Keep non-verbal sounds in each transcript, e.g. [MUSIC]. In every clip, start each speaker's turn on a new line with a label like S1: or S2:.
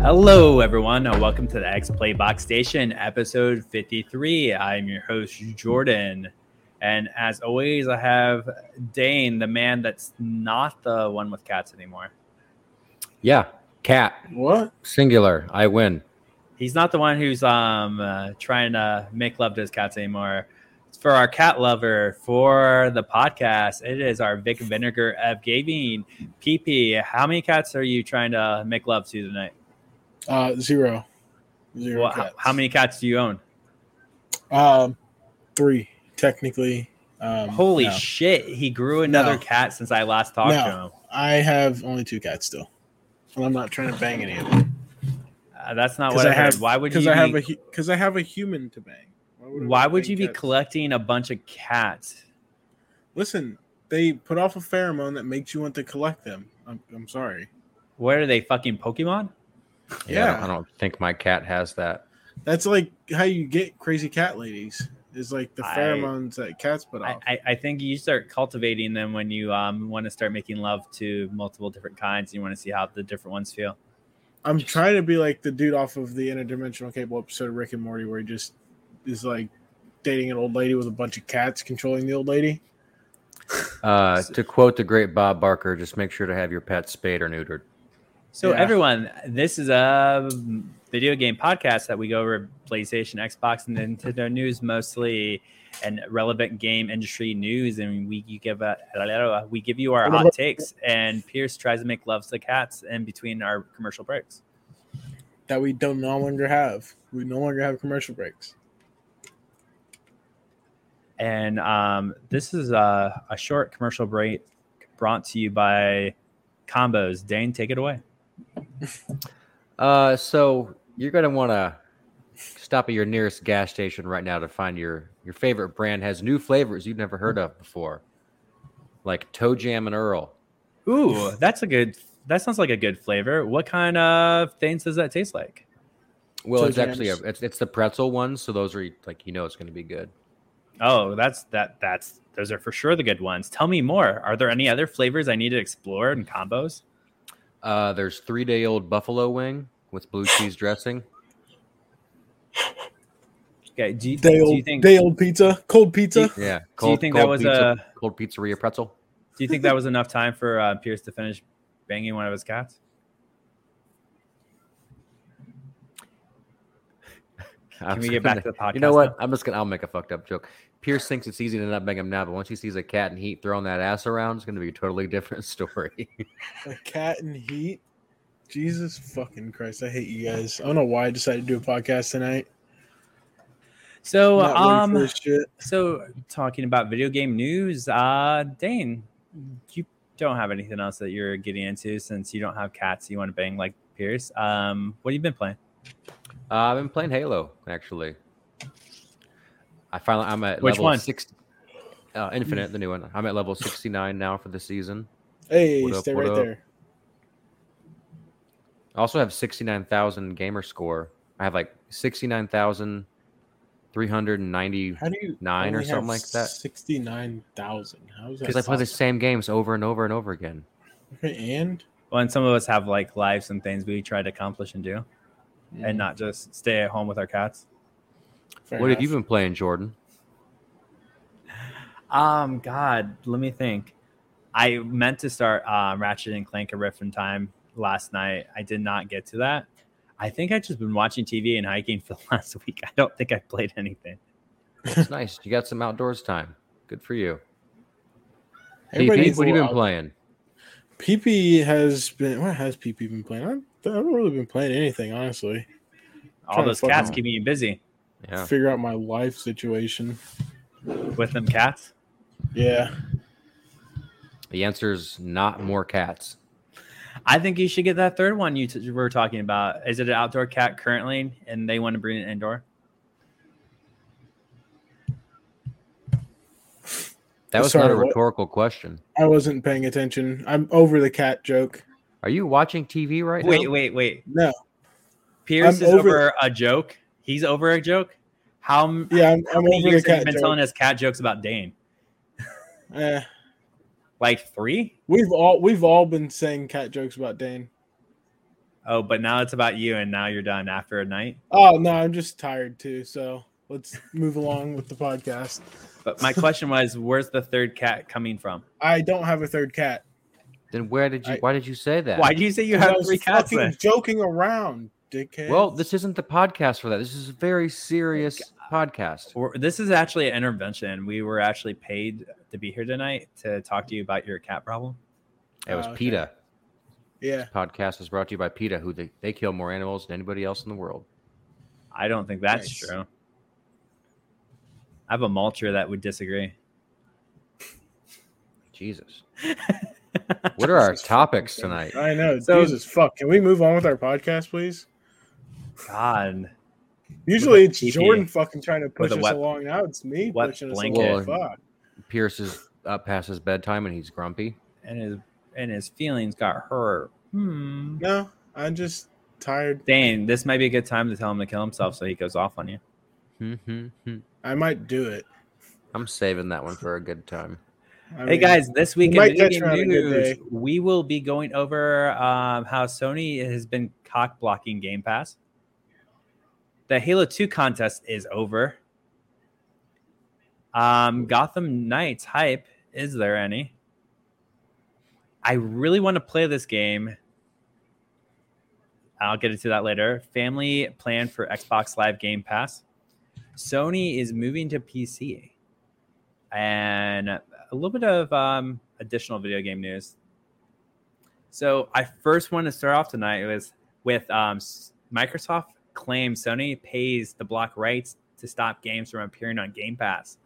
S1: Hello, everyone, and welcome to the X Playbox Station, episode 53. I'm your host, Jordan. And as always, I have Dane, the man that's not the one with cats anymore.
S2: Yeah, cat
S3: What?
S2: singular. I win.
S1: He's not the one who's um uh, trying to make love to his cats anymore. It's for our cat lover for the podcast. It is our Vic Vinegar of Gaming. PP, how many cats are you trying to make love to tonight?
S3: Uh, zero. Zero.
S1: Well, how,
S3: cats.
S1: how many cats do you own?
S3: Um, three technically. Um,
S1: Holy
S3: no.
S1: shit, he grew another
S3: No.
S1: cat since I last talked
S3: No.
S1: to him.
S3: I have only two cats still, and I'm not trying to bang any of them
S1: Uh, that's not
S3: 'Cause
S1: what I,
S3: I have-
S1: heard. Why would you?
S3: because
S1: Be,
S3: I have a because I have a human to bang. I
S1: why would
S3: bang
S1: you be
S3: cats?
S1: collecting a bunch of cats?
S3: Listen, they put off a pheromone that makes you want to collect them. I'm, I'm sorry.
S1: What are they fucking Pokemon?
S2: Yeah, I, don't,
S3: Yeah.
S2: I don't think my cat has that.
S3: That's like how you get crazy cat ladies. Is like the
S1: I-
S3: pheromones that cats put
S1: I,
S3: off.
S1: I, I think you start cultivating them when you um, want to start making love to multiple different kinds. And you want to see how the different ones feel.
S3: I'm trying to be like the dude off of the interdimensional cable episode of Rick and Morty where he just is like dating an old lady with a bunch of cats controlling the old lady.
S2: Uh, to quote the great Bob Barker, just make sure to have your pet spayed or neutered.
S1: So
S3: Yeah.
S1: everyone, this is a video game podcast that we go over PlayStation, Xbox, and Nintendo news mostly, and relevant game industry news. And we you give a, we give you our hot takes. And Pierce tries to make love to cats in between our commercial breaks.
S3: That we don't no longer have. We no longer have commercial breaks.
S1: And um, this is a, a short commercial break brought to you by Combos. Dane, take it away.
S2: Uh, so you're gonna want to stop at your nearest gas station right now to find your your favorite brand has new flavors you've never heard of before, like Toe Jam and Earl.
S1: Ooh, [LAUGHS] that's a good. That sounds like a good flavor. What kind of things does that taste like?
S2: Well,
S3: Toe
S2: it's actually a,
S3: Jams.
S2: it's it's the pretzel ones, so those are like you know it's gonna be good.
S1: Oh, that's that. That's those are for sure the good ones. Tell me more. Are there any other flavors I need to explore and combos?
S2: Uh, there's three day old buffalo wing with blue cheese dressing.
S1: Okay. Do you, do
S3: Day
S1: you
S3: old,
S1: think?
S3: day old pizza, cold pizza.
S2: Yeah,
S1: do you think that was
S2: pizza,
S1: a?
S2: cold pizzeria pretzel?
S1: Do you think that was enough time for uh, Pierce to finish banging one of his cats?
S2: I
S1: Can we
S2: was
S1: get
S2: gonna-
S1: back to the podcast?
S2: You know what?
S1: now?
S2: I'm just gonna. I'll make a fucked up joke. Pierce thinks it's easy to not bang him now, but once he sees a cat and heat throwing that ass around, it's gonna be a totally [LAUGHS] different story. [LAUGHS]
S3: A cat in heat. Jesus fucking Christ. I hate you guys. I don't know why I decided to do a podcast tonight.
S1: So,
S3: Not ready for
S1: um,
S3: this shit.
S1: so talking about video game news, uh, Dane, you don't have anything else that you're getting into since you don't have cats. You want to bang like Pierce. Um, what have you been playing?
S2: uh, I've been playing Halo actually. I finally. I'm at
S1: Which
S2: level
S1: one?
S2: Six, uh, Infinite, the new one. I'm at level 69 now for the season.
S3: Hey,
S2: What up,
S3: stay
S2: what
S3: right
S2: up?
S3: there.
S2: I also have 69,000 gamer score. I have like 69,390
S3: How do you
S2: Nine or
S3: only
S2: something
S3: have
S2: like that?
S3: 69,000. How is that?
S2: because I play the
S3: possible?
S2: same games over and over and over again.
S3: Okay, and
S1: Well, and some of us have like lives and things we try to accomplish and do,
S2: Mm.
S1: and not just stay at home with our cats.
S3: Fair
S2: what have you
S3: enough.
S2: been playing, Jordan?
S1: Um, God, let me think. I meant to start um, Ratchet and Clank a Rift in Time last night. I did not get to that. I think I've just been watching TV and hiking for [LAUGHS] the last week. I don't think I played anything.
S2: It's nice. You got some outdoors time. Good for you.
S3: Everybody
S2: DP,
S3: needs a
S2: what have you
S3: little
S2: been playing?
S3: PP has been. What has PP been playing? I don't- I haven't really been playing anything, honestly.
S1: All
S3: Trying to
S1: those
S3: fuck
S1: cats
S3: around.
S1: keep me busy
S2: Yeah.
S3: Figure out my life situation.
S1: with them cats.
S3: Yeah,
S2: The answer is not more cats.
S1: I think you should get that third one you, t- you were talking about. Is it an outdoor cat currently, and they want to bring it indoor?
S2: That
S3: I'm
S2: was
S3: sorry,
S2: not a
S3: what?
S2: rhetorical question.
S3: I wasn't paying attention. I'm over the cat joke.
S2: Are you watching TV right now?
S1: Wait, wait, wait.
S3: No,
S1: Pierce
S3: I'm
S1: is
S3: over-
S1: over a joke. He's over a joke. How, m-
S3: yeah, I'm,
S1: how
S3: I'm
S1: many
S3: over the
S1: years have you
S3: cat
S1: been
S3: joke.
S1: telling us cat jokes about Dane?
S3: Eh,
S1: Like three?
S3: we've all we've all been saying cat jokes about Dane.
S1: Oh, but now it's about you, and now you're done after a night.
S3: Oh no, I'm just tired too. So let's move along with the podcast.
S1: But my question was, where's the third cat coming from?
S3: I don't have a third cat.
S2: Then where did you?
S3: I-
S2: why did you say that?
S1: Why do you say you
S3: 'Cause I
S1: have
S3: was
S1: three cats?
S3: fucking
S1: Then?
S3: joking around, dickhead.
S2: Well, this isn't the podcast for that. This is a very serious
S3: Oh,
S2: podcast.
S1: Or- This is actually an intervention. We were actually paid to be here tonight to talk to you about your cat problem.
S2: It was
S3: Oh, okay.
S2: PETA.
S3: yeah.
S2: Podcast was brought to you by PETA, who they, they kill more animals than anybody else in the world.
S1: I don't think that's
S3: Nice.
S1: true. I have a mulcher that would disagree.
S3: [LAUGHS]
S2: Jesus. What are our
S3: Jesus
S2: topics
S3: fucking
S2: tonight?
S3: I know.
S1: So-
S3: Jesus fuck. Can we move on with our podcast, please?
S1: God,
S3: Usually it's
S1: TP.
S3: Jordan fucking trying to push
S1: a
S3: us
S1: wet-
S3: along. Now it's me
S1: wet
S3: pushing us
S1: blanket.
S3: along. Fuck.
S2: Pierce is up past his bedtime and he's grumpy.
S1: and his and his feelings got hurt. Hmm.
S3: No, I'm just tired.
S1: Dane, this might be a good time to tell him to kill himself so he goes off on you.
S2: Mhm.
S3: I might do it.
S2: I'm saving that one for a good time.
S3: I
S1: hey
S3: mean,
S1: guys, this week in
S3: might
S1: video
S3: catch
S1: game
S3: her on a good
S1: news,
S3: day.
S1: we will be going over um, how Sony has been cock blocking Game Pass. The Halo 2 contest is over. Um, Gotham Knights hype, is there any? I really want to play this game. I'll get into that later. Family plan for Xbox Live Game Pass. Sony is moving to PC. And a little bit of um, additional video game news. So I first want to start off tonight was with um, s- Microsoft claims Sony pays to block rights to stop games from appearing on Game Pass.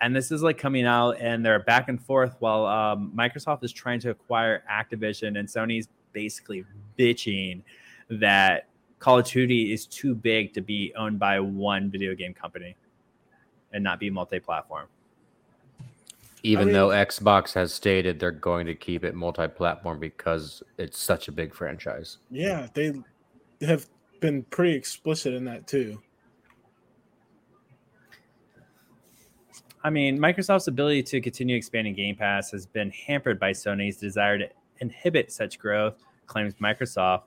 S1: And this is like coming out, and they're back and forth while um, Microsoft is trying to acquire Activision, and Sony's basically bitching that Call of Duty is too big to be owned by one video game company and not be multi platform.
S2: Even
S3: mean-
S2: though Xbox has stated they're going to keep it multi platform because it's such a big franchise.
S3: Yeah, they have been pretty explicit in that too.
S1: I mean, Microsoft's ability to continue expanding Game Pass has been hampered by Sony's desire to inhibit such growth, claims Microsoft.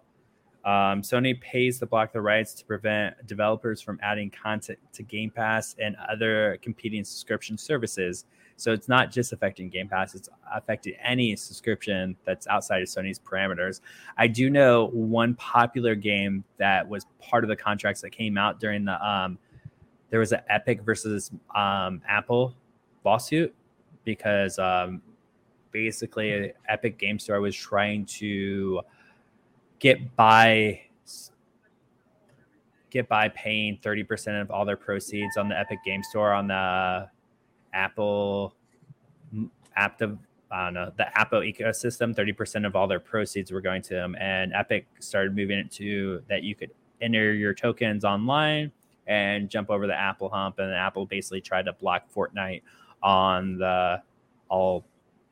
S1: Um, Sony pays to block the rights to prevent developers from adding content to Game Pass and other competing subscription services. So it's not just affecting Game Pass, it's affected any subscription that's outside of Sony's parameters. I do know one popular game that was part of the contracts that came out during the um, there was an Epic versus um, Apple lawsuit because um, basically Epic Game Store was trying to get by get by paying 30% of all their proceeds on the Epic Game Store on the Apple m- app dev- I don't know, the Apple ecosystem, 30% of all their proceeds were going to them. And Epic started moving it to that you could enter your tokens online and jump over the Apple hump. And Apple basically tried to block Fortnite on the all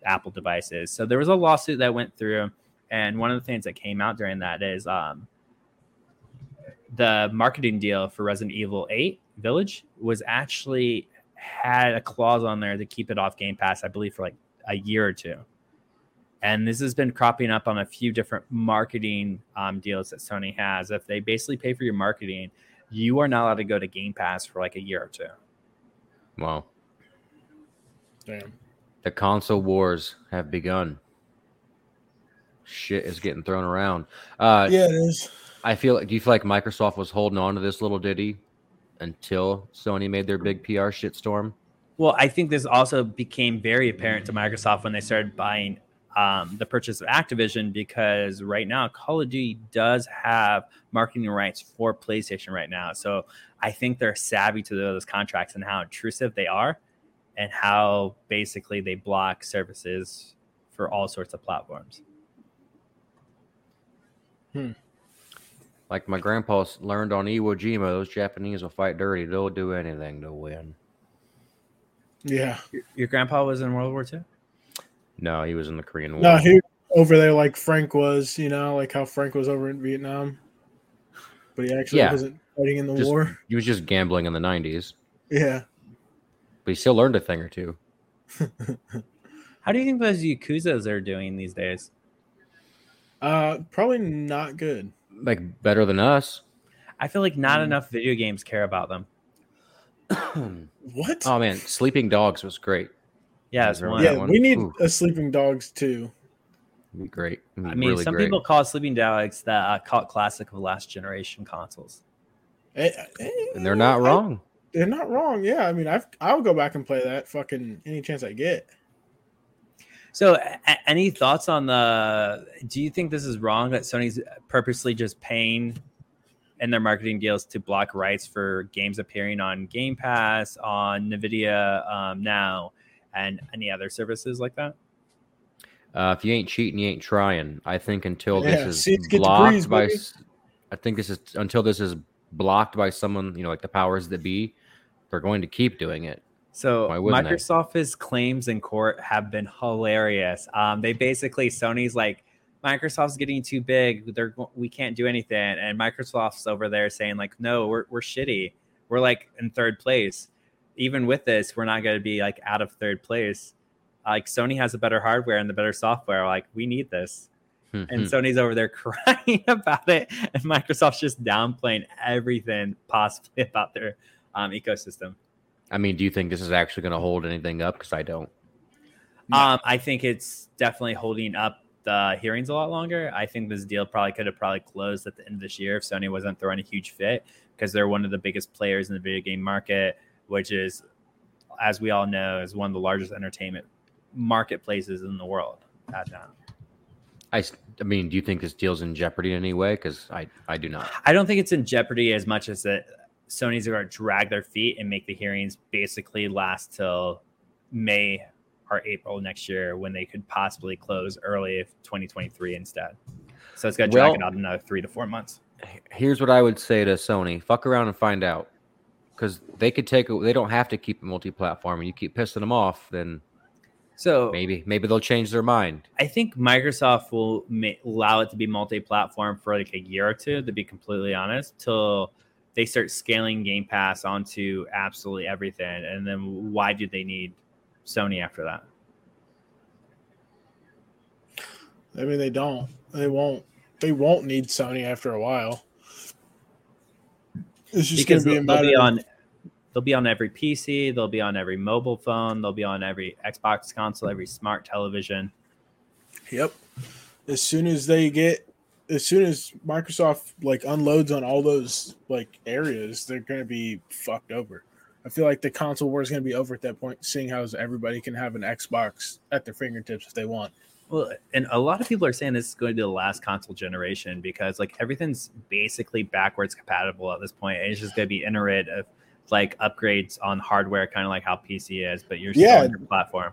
S1: Apple devices. So there was a lawsuit that went through, and one of the things that came out during that is um, the marketing deal for Resident Evil Eight Village was actually had a clause on there to keep it off Game Pass, I believe, for like a year or two. And this has been cropping up on a few different marketing um, deals that Sony has. If they basically pay for your marketing, you are not allowed to go to Game Pass for like a year or two.
S2: Wow.
S3: Damn.
S2: The console wars have begun. Shit is getting thrown around. Uh,
S3: Yeah, it is.
S2: I feel like, do you feel like Microsoft was holding on to this little ditty until Sony made their big PR shitstorm?
S1: Well, I think this also became very apparent to Microsoft when they started buying um, the purchase of Activision because right now Call of Duty does have marketing rights for PlayStation right now. So I think they're savvy to those contracts and how intrusive they are and how basically they block services for all sorts of platforms.
S2: Like my grandpa s- learned on Iwo Jima, those Japanese will fight dirty. They'll do anything to win.
S3: Yeah.
S1: Your grandpa was in World War II?
S2: No, he was in the Korean War.
S3: No, he over there like Frank was, you know, like how Frank was over in Vietnam. But he actually
S2: Yeah.
S3: wasn't fighting in the
S2: Just-
S3: war. [LAUGHS]
S2: he was just gambling in the 90s,
S3: Yeah.
S2: but he still learned a thing or two.
S1: How do you think those Yakuza's are doing these days?
S3: Uh, probably not good.
S2: Like better than us.
S1: I feel like not enough video games care about them.
S2: oh
S3: What?
S2: man, Sleeping Dogs was great.
S1: Yeah, that's
S2: Yeah,
S1: one.
S3: yeah,
S2: that one.
S3: we need
S2: Ooh.
S3: a sleeping dogs too.
S2: It'd be Great. It'd be
S1: I mean,
S2: really
S1: some
S2: great.
S1: people call Sleeping Dogs the uh, cult classic of last generation consoles.
S3: Eh, eh,
S2: and they're
S3: [LAUGHS]
S2: not
S3: I-
S2: wrong.
S3: they're not wrong. Yeah, I mean, I've I'll go back and play that fucking any chance I get.
S1: So, a- a- any thoughts on the? Do you think this is wrong that Sony's purposely just paying in their marketing deals to block rights for games appearing on Game Pass, on Nvidia um, Now, and any other services like that?
S2: Uh, if you ain't cheating, you ain't trying. I think until
S3: Yeah,
S2: this
S3: seeds
S2: is
S3: get the
S2: blocked
S3: breeze,
S2: by,
S3: baby.
S2: s- I think this is until this is blocked by someone, you know, like the powers that be. They're going to keep doing it.
S1: So
S2: Why wouldn't I?
S1: Microsoft's claims in court have been hilarious. Um, they basically Sony's like Microsoft's getting too big. They're go- we can't do anything, and Microsoft's over there saying like, no, we're we're shitty. We're like in third place. Even with this, we're not going to be like out of third place. Like Sony has the better hardware and the better software. Like we need this,
S2: Hmm,
S1: and
S2: hmm.
S1: Sony's over there [LAUGHS] crying about it, and Microsoft's just downplaying everything possibly about their um, ecosystem.
S2: I mean, do you think this is actually going to hold anything up? Because I don't.
S3: No.
S1: Um, I think it's definitely holding up the hearings a lot longer. I think this deal probably could have probably closed at the end of this year if Sony wasn't throwing a huge fit because they're one of the biggest players in the video game market, which is, as we all know, is one of the largest entertainment marketplaces in the world at now.
S2: I, s- I mean, do you think this deal's in jeopardy in any way? Because I, I do not.
S1: I don't think it's in jeopardy as much as that Sony's going to drag their feet and make the hearings basically last till May or April next year when they could possibly close early of 2023 instead. So it's going to drag
S2: Well-
S1: it out another three to four months.
S2: H- Here's what I would say to Sony: fuck around and find out, because they could take. a- They don't have to keep it multi-platform, and you keep pissing them off, then
S1: So
S2: maybe, maybe they'll change their mind.
S1: I think Microsoft will ma- allow it to be multi-platform for like a year or two. To be completely honest, till they start scaling Game Pass onto absolutely everything, and then why do they need Sony after that?
S3: I mean, they don't. They won't. They won't need Sony after a while. It's just
S1: because
S3: gonna be a
S1: they'll, they'll
S3: matter.
S1: be
S3: of-
S1: on they'll be on every PC, they'll be on every mobile phone, they'll be on every Xbox console, every smart television.
S3: Yep. As soon as they get, as soon as Microsoft like unloads on all those like areas, they're gonna be fucked over. I feel like the console war is gonna be over at that point. Seeing how everybody can have an Xbox at their fingertips if they want.
S1: Well, and a lot of people are saying this is going to be the last console generation because like everything's basically backwards compatible at this point. It's just going to be iterative like upgrades on hardware, kind of like how PC is, but you're still
S3: Yeah.
S1: on your platform.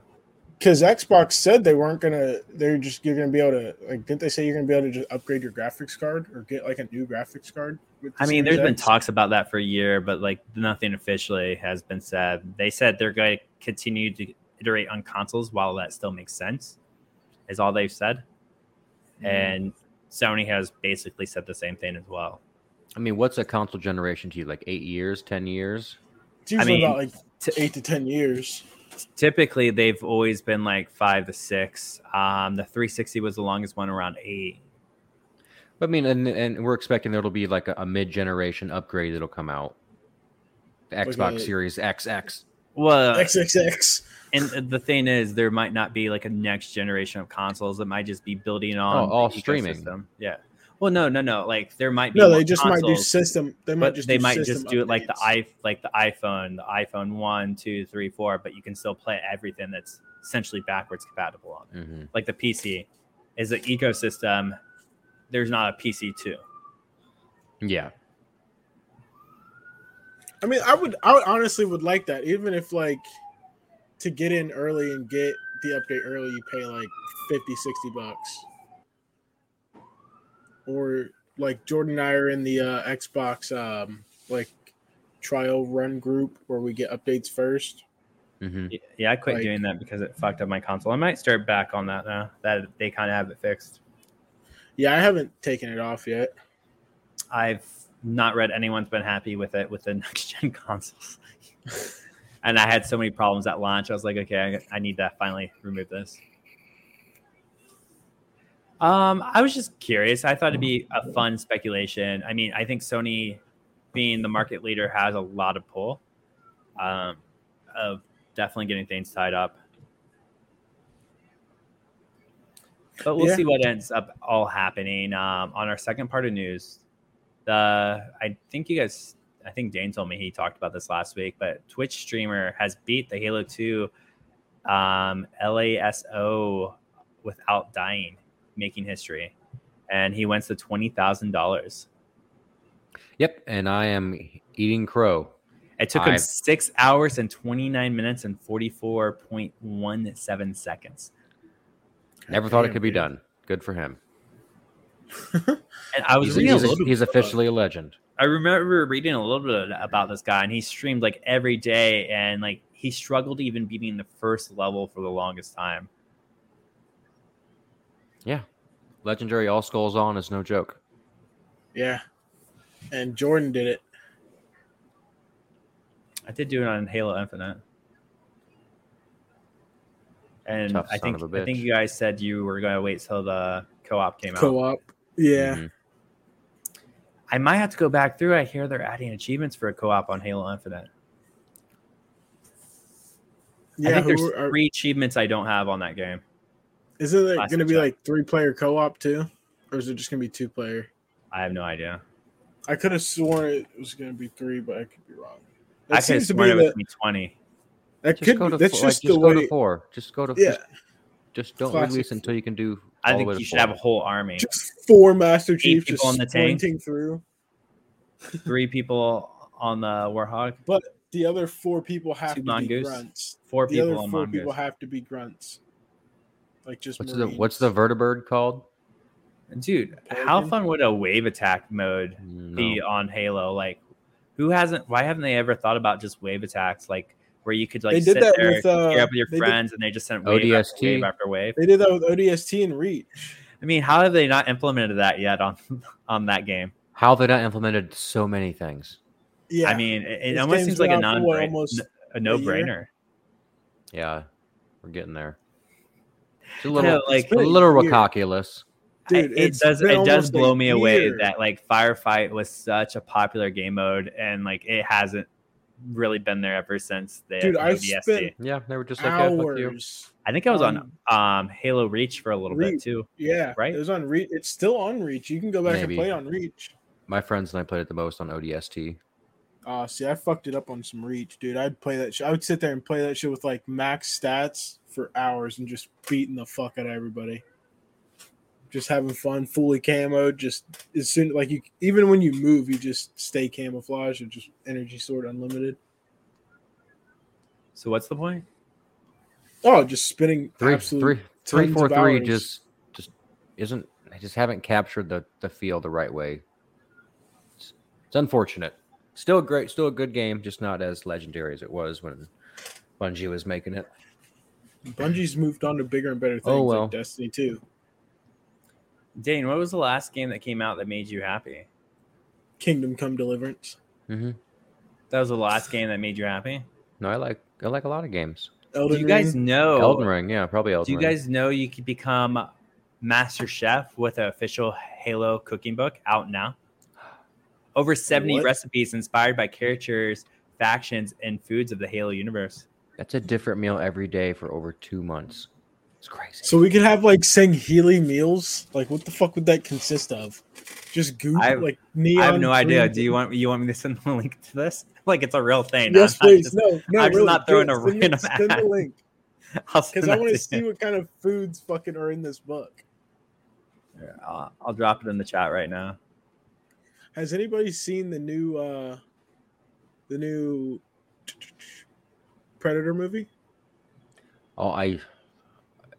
S3: Because Xbox said they weren't gonna, they're just you're gonna be able to like, didn't they say you're gonna be able to just upgrade your graphics card or get like a new graphics card? With the
S1: I mean,
S3: Series
S1: there's been
S3: X?
S1: talks about that for a year, but like nothing officially has been said. They said they're going to continue to iterate on consoles while that still makes sense, is all they've said.
S3: Mm-hmm.
S1: And Sony has basically said the same thing as well.
S2: I mean, what's a console generation to you? Like eight years, ten years?
S3: It's usually
S1: I mean,
S3: about like
S1: t-
S3: eight to ten years.
S1: Typically, they've always been like five to six. Um, the 360 was the longest one around eight.
S2: I mean, and and we're expecting there'll be like a, a mid-generation upgrade that'll come out. The
S3: Like
S2: Xbox
S3: a-
S2: Series XX.
S1: Well,
S3: XXX.
S1: and the thing is, there might not be like a next generation of consoles. It might just be building
S3: Oh,
S1: on
S2: all
S1: the
S2: streaming.
S1: ecosystem. Yeah. Well, no, no, no. Like there might be
S3: No,
S1: more
S3: they just might do
S1: consoles,
S3: system. They might
S1: but
S3: just
S1: they
S3: do
S1: might
S3: system
S1: just do it like the
S3: updates.
S1: i like the iPhone, the iPhone one, two, three, four. But you can still play everything that's essentially backwards compatible on it.
S2: Mm-hmm.
S1: Like the PC is an ecosystem. There's not a PC two.
S2: Yeah,
S3: I mean, I would, I would honestly would like that, even if like to get in early and get the update early, you pay like 50, 60 bucks. Or like Jordan and I are in the uh, Xbox um, like trial run group where we get updates first.
S2: hmm
S1: Y- Yeah, I quit
S3: Like-
S1: doing that because it fucked up my console. I might start back on that now. That they kind of have it fixed.
S3: Yeah, I haven't taken it off yet.
S1: I've not read anyone's been happy with it with the [LAUGHS] next gen consoles. [LAUGHS] and I had so many problems at launch. I was like, okay, I, I need to finally remove this. Um, I was just curious. I thought it'd be a fun speculation. I mean, I think Sony, being the market leader, has a lot of pull, um, of definitely getting things tied up. But we'll
S3: Yeah.
S1: see what ends up all happening um, on our second part of news. The I think you guys, I think Dane told me he talked about this last week, but Twitch streamer has beat the Halo Two um, LASO without dying, making history, and he wins the twenty thousand dollars.
S2: Yep, and I am eating crow.
S1: It took him
S2: I've-
S1: six hours and twenty nine minutes and forty four point one seven seconds.
S2: Never thought it could be done. Good for him.
S1: And I was
S2: He's,
S1: reading a
S2: he's-
S1: little bit-
S2: he's officially a legend.
S1: I remember reading a little bit about this guy, and he streamed like every day, and like he struggled even beating the first level for the longest time.
S2: Legendary all skulls on is no joke.
S3: Yeah. And Jordan did it.
S1: I did do it on Halo Infinite, and
S2: Tough
S1: I
S2: son
S1: think
S2: of a
S1: I think
S2: bitch.
S1: you guys said you were going to wait till the co-op came out.
S3: Co-op. Yeah.
S2: Mhm.
S1: I might have to go back through. I hear they're adding achievements for a co-op on Halo Infinite. I
S2: Mm-hmm.
S3: Yeah.
S1: think there's
S3: who are-
S1: three achievements I don't have on that game.
S3: isn't it
S1: last
S3: going to be
S1: check.
S3: like three player co-op too? Or is it just going to be two player?
S1: I have no idea.
S3: I could have sworn it was going to be three, but I could be wrong. That
S1: I could
S3: seems to
S1: swear
S3: be
S1: it was
S3: the,
S1: me twenty.
S3: that
S2: Just
S3: could
S2: go
S3: be,
S2: to
S3: that's
S2: four, like, just
S3: just the
S2: go to
S3: way.
S2: four. Just go to
S3: Yeah,
S2: Just, just don't
S3: Classic.
S2: release until you can do. all
S1: I
S2: the
S1: think
S2: way to
S1: you should
S2: four.
S1: have a whole army.
S3: just four Master Chiefs
S1: people
S3: just
S1: on the tank.
S3: sprinting through.
S1: three people on the Warhog,
S3: The other four people have
S1: Two
S3: to
S1: mongoose.
S3: be grunts.
S1: four
S3: The
S1: people
S3: other
S1: on
S3: four people
S1: Mongoose.
S3: have to be grunts. Like just
S2: What's the
S3: Marines.
S2: What's the vertibird called?
S1: Dude,
S3: Pelican.
S1: how fun would a wave attack mode
S2: No.
S1: be on Halo? Like, who hasn't? Why haven't they ever thought about just wave attacks? Like, where you could like
S3: they did
S1: sit
S3: that
S1: there,
S3: with uh,
S1: pair up with your
S3: they did-
S1: friends, and they just sent wave after
S2: ODST.
S1: wave after wave.
S3: They did that with ODST and Reach.
S1: I mean, how have they not implemented that yet on [LAUGHS] on that game?
S2: How have they not implemented so many things?
S3: Yeah,
S1: I mean, it, it
S3: This
S1: almost
S3: game's
S1: seems
S3: been
S1: like a
S3: out for,
S1: non
S3: what, almost
S1: a no brainer.
S3: year?
S2: Yeah, we're getting there. It's a little,
S1: No, like
S2: a
S3: been
S2: little
S3: weird.
S2: rockoculous.
S1: I-
S3: dude,
S1: it
S3: it's
S1: does
S3: been
S1: it does
S3: almost a
S1: blow me away
S3: year.
S1: that like firefight was such a popular game mode and like it hasn't really been there ever since they
S3: Dude, I
S1: ODST.
S3: spent
S2: Yeah, they were just like, yeah, fuck you.
S3: hours.
S1: I think I was on um Halo Reach for a little bit
S3: Reach.
S1: too.
S3: Yeah,
S1: Right?
S3: It was on Reach. It's still on Reach. You can go back
S2: Maybe.
S3: and play on Reach.
S2: My friends and I played it the most on ODST.
S3: Oh, see, I fucked it up on some Reach, dude. I'd play that. Sh- I would sit there and play that shit with like max stats for hours and just beating the fuck out of everybody. Just having fun, fully camo. Just as soon like you, even when you move, you just stay camouflaged or just energy sword unlimited.
S1: So what's the point?
S3: Oh, just spinning
S2: Three,
S3: absolute
S2: three, three,
S3: tons
S2: four,
S3: of
S2: three.
S3: hours.
S2: Just, just isn't. They just haven't captured the the feel the right way. It's, it's unfortunate. Still great. Still a good game, just not as legendary as it was when Bungie was making it.
S3: Bungie's moved on to bigger and better things
S2: Oh, well.
S3: like Destiny 2.
S1: Dane, what was the last game that came out that made you happy?
S3: Kingdom Come Deliverance.
S2: Mm-hmm.
S1: That was the last game that made you happy.
S2: No, I like I like a lot of games.
S1: Do
S3: Elden
S1: you guys
S3: Ring.
S1: know?
S2: Elden Ring, yeah, probably Elden
S1: Oh. Do you
S2: Ring.
S1: guys know you could become master chef with an official Halo cooking book out now? Over 70
S3: What?
S1: recipes inspired by characters, factions, and foods of the Halo universe.
S2: That's a different meal every day for over two months. It's crazy.
S3: So we could have like Sangheili meals. Like, what the fuck would that consist of? Just goo
S1: I-
S3: like neon.
S1: I have no idea.
S3: green-
S1: Do you want you want me to send the [LAUGHS] link to this? Like it's a real thing. [LAUGHS]
S3: Yes,
S1: I'm not
S3: please.
S1: just-
S3: no, no.
S1: I'm just
S3: really,
S1: not throwing
S3: do it.
S1: a
S3: Send me-
S1: random
S3: Send
S1: ad.
S3: the link [LAUGHS]
S1: I'll send
S3: because
S1: [LAUGHS]
S3: I
S1: that
S3: want to
S1: you.
S3: see what kind of foods fucking are in this book.
S1: I'll, I'll drop it in the chat right now.
S3: Has anybody seen the new, uh the new Predator movie?
S2: Oh, I.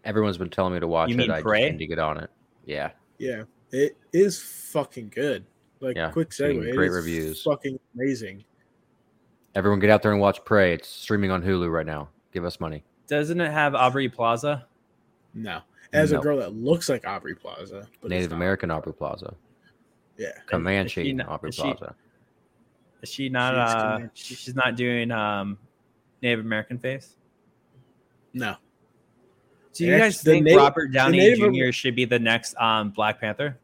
S2: Everyone's been telling me to watch
S1: You
S2: it.
S1: mean
S2: I just
S1: Prey?
S2: need to get on it. Yeah,
S3: Yeah, it is fucking good. Like,
S2: Yeah,
S3: quick
S2: seeing
S3: segue. it
S2: great
S3: is
S2: reviews.
S3: Fucking amazing.
S2: everyone get out there and watch Prey. It's streaming on Hulu right now. Give us money.
S1: Doesn't it have Aubrey Plaza?
S3: No. As
S2: No.
S3: a girl that looks like Aubrey Plaza, but it's
S2: Native
S3: not.
S2: American Aubrey Plaza,
S3: Yeah.
S1: Is she
S2: Comanche
S1: not-
S2: Aubrey
S1: is she-
S2: Plaza.
S1: Is she not?
S3: She's
S1: uh,
S3: Comanche.
S1: she- she's not doing um, Native American face.
S3: No.
S1: Do you guys
S3: The
S1: think
S3: Native-
S1: Robert Downey
S3: Native
S1: Jr.
S3: Am-
S1: should be the next um, Black Panther?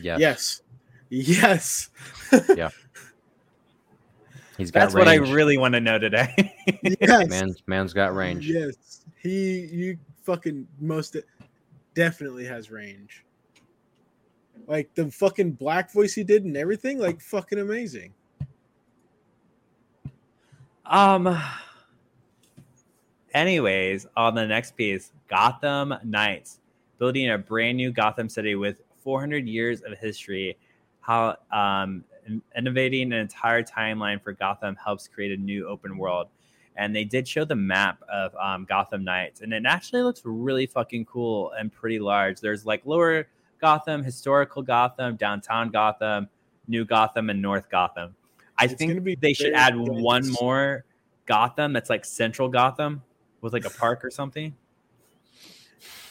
S2: Yeah,
S3: Yes. Yes.
S2: he's got
S1: That's
S2: range.
S1: what I really want to know today. [LAUGHS]
S3: Yes.
S2: Man's man's got range.
S3: Yes. He you fucking most definitely has range. Like the fucking black voice he did and everything, like fucking amazing.
S1: um. Anyways, on the next piece, Gotham Knights building a brand new Gotham City with 400 years of history. How um, in- innovating an entire timeline for Gotham helps create a new open world. And they did show the map of um, Gotham Knights, and it actually looks really fucking cool and pretty large. There's like lower Gotham, historical Gotham, downtown Gotham, new Gotham, and North Gotham. I
S3: It's gonna
S1: think
S3: be
S1: they should
S3: very
S1: add
S3: dense.
S1: one more Gotham that's like central Gotham with like a park or something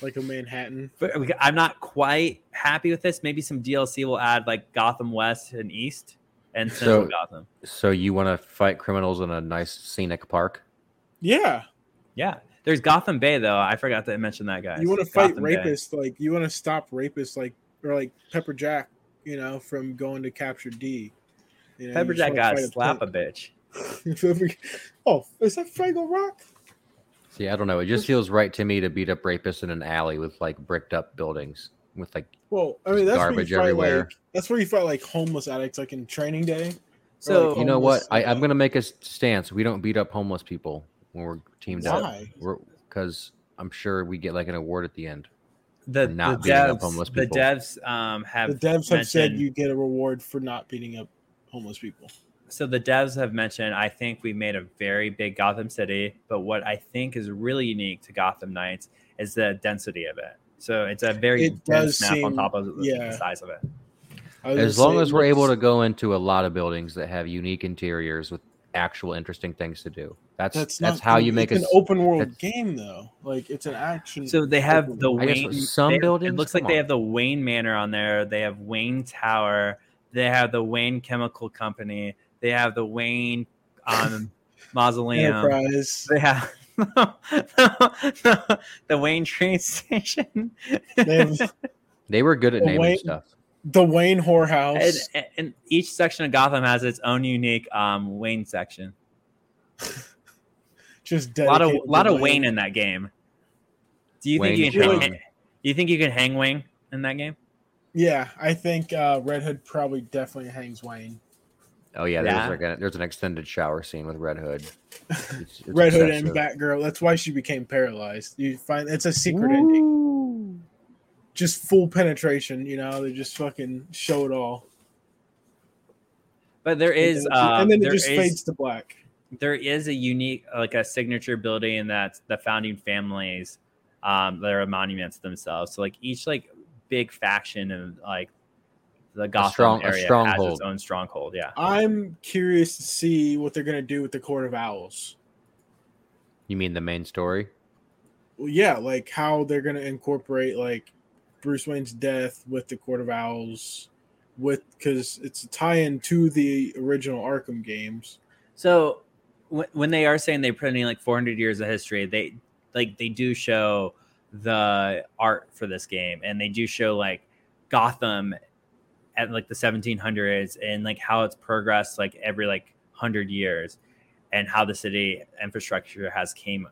S3: Like a Manhattan.
S1: but we- I'm not quite happy with this. Maybe some DLC will add like Gotham West and East and Central
S2: So-
S1: Gotham.
S2: So you want to fight criminals in a nice scenic park?
S3: Yeah.
S1: Yeah, there's Gotham Bay though. I forgot to mention that guy.
S3: You want to fight rapists, like you want to stop rapists like or like Pepper Jack, you know, from going to capture D. You know, you just
S1: Pepperjack
S3: wanna
S1: got
S3: fight a [LAUGHS]
S1: slap a bitch.
S3: pimp. oh, is that Fraggle Rock?
S2: See, I don't know. It just feels right to me to beat up rapists in an alley with like bricked up buildings with like
S3: Well, I mean that's
S2: Garbage
S3: where you fight,
S2: everywhere.
S3: Like, that's where you fight like homeless addicts, like in Training Day.
S1: So
S3: like,
S2: you know what?
S3: homeless,
S2: I,
S3: uh,
S2: I'm gonna make a s- stance. We don't beat up homeless people when we're teamed up.
S3: Why?
S2: We're because I'm sure we get like an award at the end.
S1: The,
S2: For not
S1: the
S2: beating up
S1: devs,
S2: homeless
S1: the
S2: people.
S1: devs um, have
S3: the devs have said
S1: mentioned-
S3: you get a reward for not beating up homeless people.
S1: so the devs have mentioned i think we made a very big gotham city but what i think is really unique to gotham knights is the density of it so it's a very
S3: It
S1: dense
S3: does
S1: map on
S3: seem-
S1: top of the,
S3: yeah.
S1: the size of it
S3: I was
S2: As
S3: gonna
S2: long
S3: say,
S2: as we're able to
S3: let's-
S2: go into a lot of buildings that have unique interiors with actual interesting things to do. That's that's,
S3: not
S2: how
S3: gonna-
S2: you make it.
S3: it's an open world
S2: that's-
S3: game though. Like it's an action.
S1: So they have the
S2: I guess
S1: Wayne.
S2: with some
S1: they-
S2: buildings,
S1: It looks
S2: come
S1: like they
S2: on.
S1: have the Wayne Manor on there. They have Wayne Tower. They have the Wayne Chemical Company. They have the Wayne um, Mausoleum. [LAUGHS]
S3: enterprise.
S1: They have no, no, no, the Wayne train station.
S3: They have
S2: They were good at
S3: The
S2: naming
S3: way-
S2: stuff.
S3: the Wayne whorehouse.
S1: [LAUGHS] and, and each section of Gotham has its own unique um, Wayne section.
S3: just
S1: A lot of
S3: dedicated to
S1: lot of Wayne in that game. Do you
S2: Wayne
S1: think you can hang,
S2: Town.
S1: do you think you can hang Wayne in that game?
S3: Yeah, I think uh, Red Hood probably definitely hangs Wayne.
S2: Oh yeah, there's
S1: Yeah.
S2: like a, there's an extended shower scene with Red
S3: [LAUGHS]
S2: Hood. It's- it's
S3: Red Hood and
S2: obsessive.
S3: Batgirl. That's why she became paralyzed. You find it's a secret ending. Just full penetration. You know, they just fucking show it all.
S1: But there is
S3: and then,
S1: um,
S3: and then it
S1: there
S3: just
S1: is-
S3: fades to black.
S1: there is a unique like a signature building that's the founding families um that are monuments themselves so like each like big faction of like the Gotham
S2: strong- a
S1: area has
S2: stronghold.
S1: its own stronghold yeah
S3: I'm curious to see what they're gonna do with the Court of Owls.
S2: You mean the main story?
S3: Well, yeah, like how they're gonna incorporate like Bruce Wayne's death with the Court of Owls, with because it's a tie-in to the original Arkham games.
S1: so when, when they are saying they're putting like 400 years of history they like they do show the art for this game and they do show like gotham at like the 1700s and like how it's progressed like every like 100 years and how the city infrastructure has came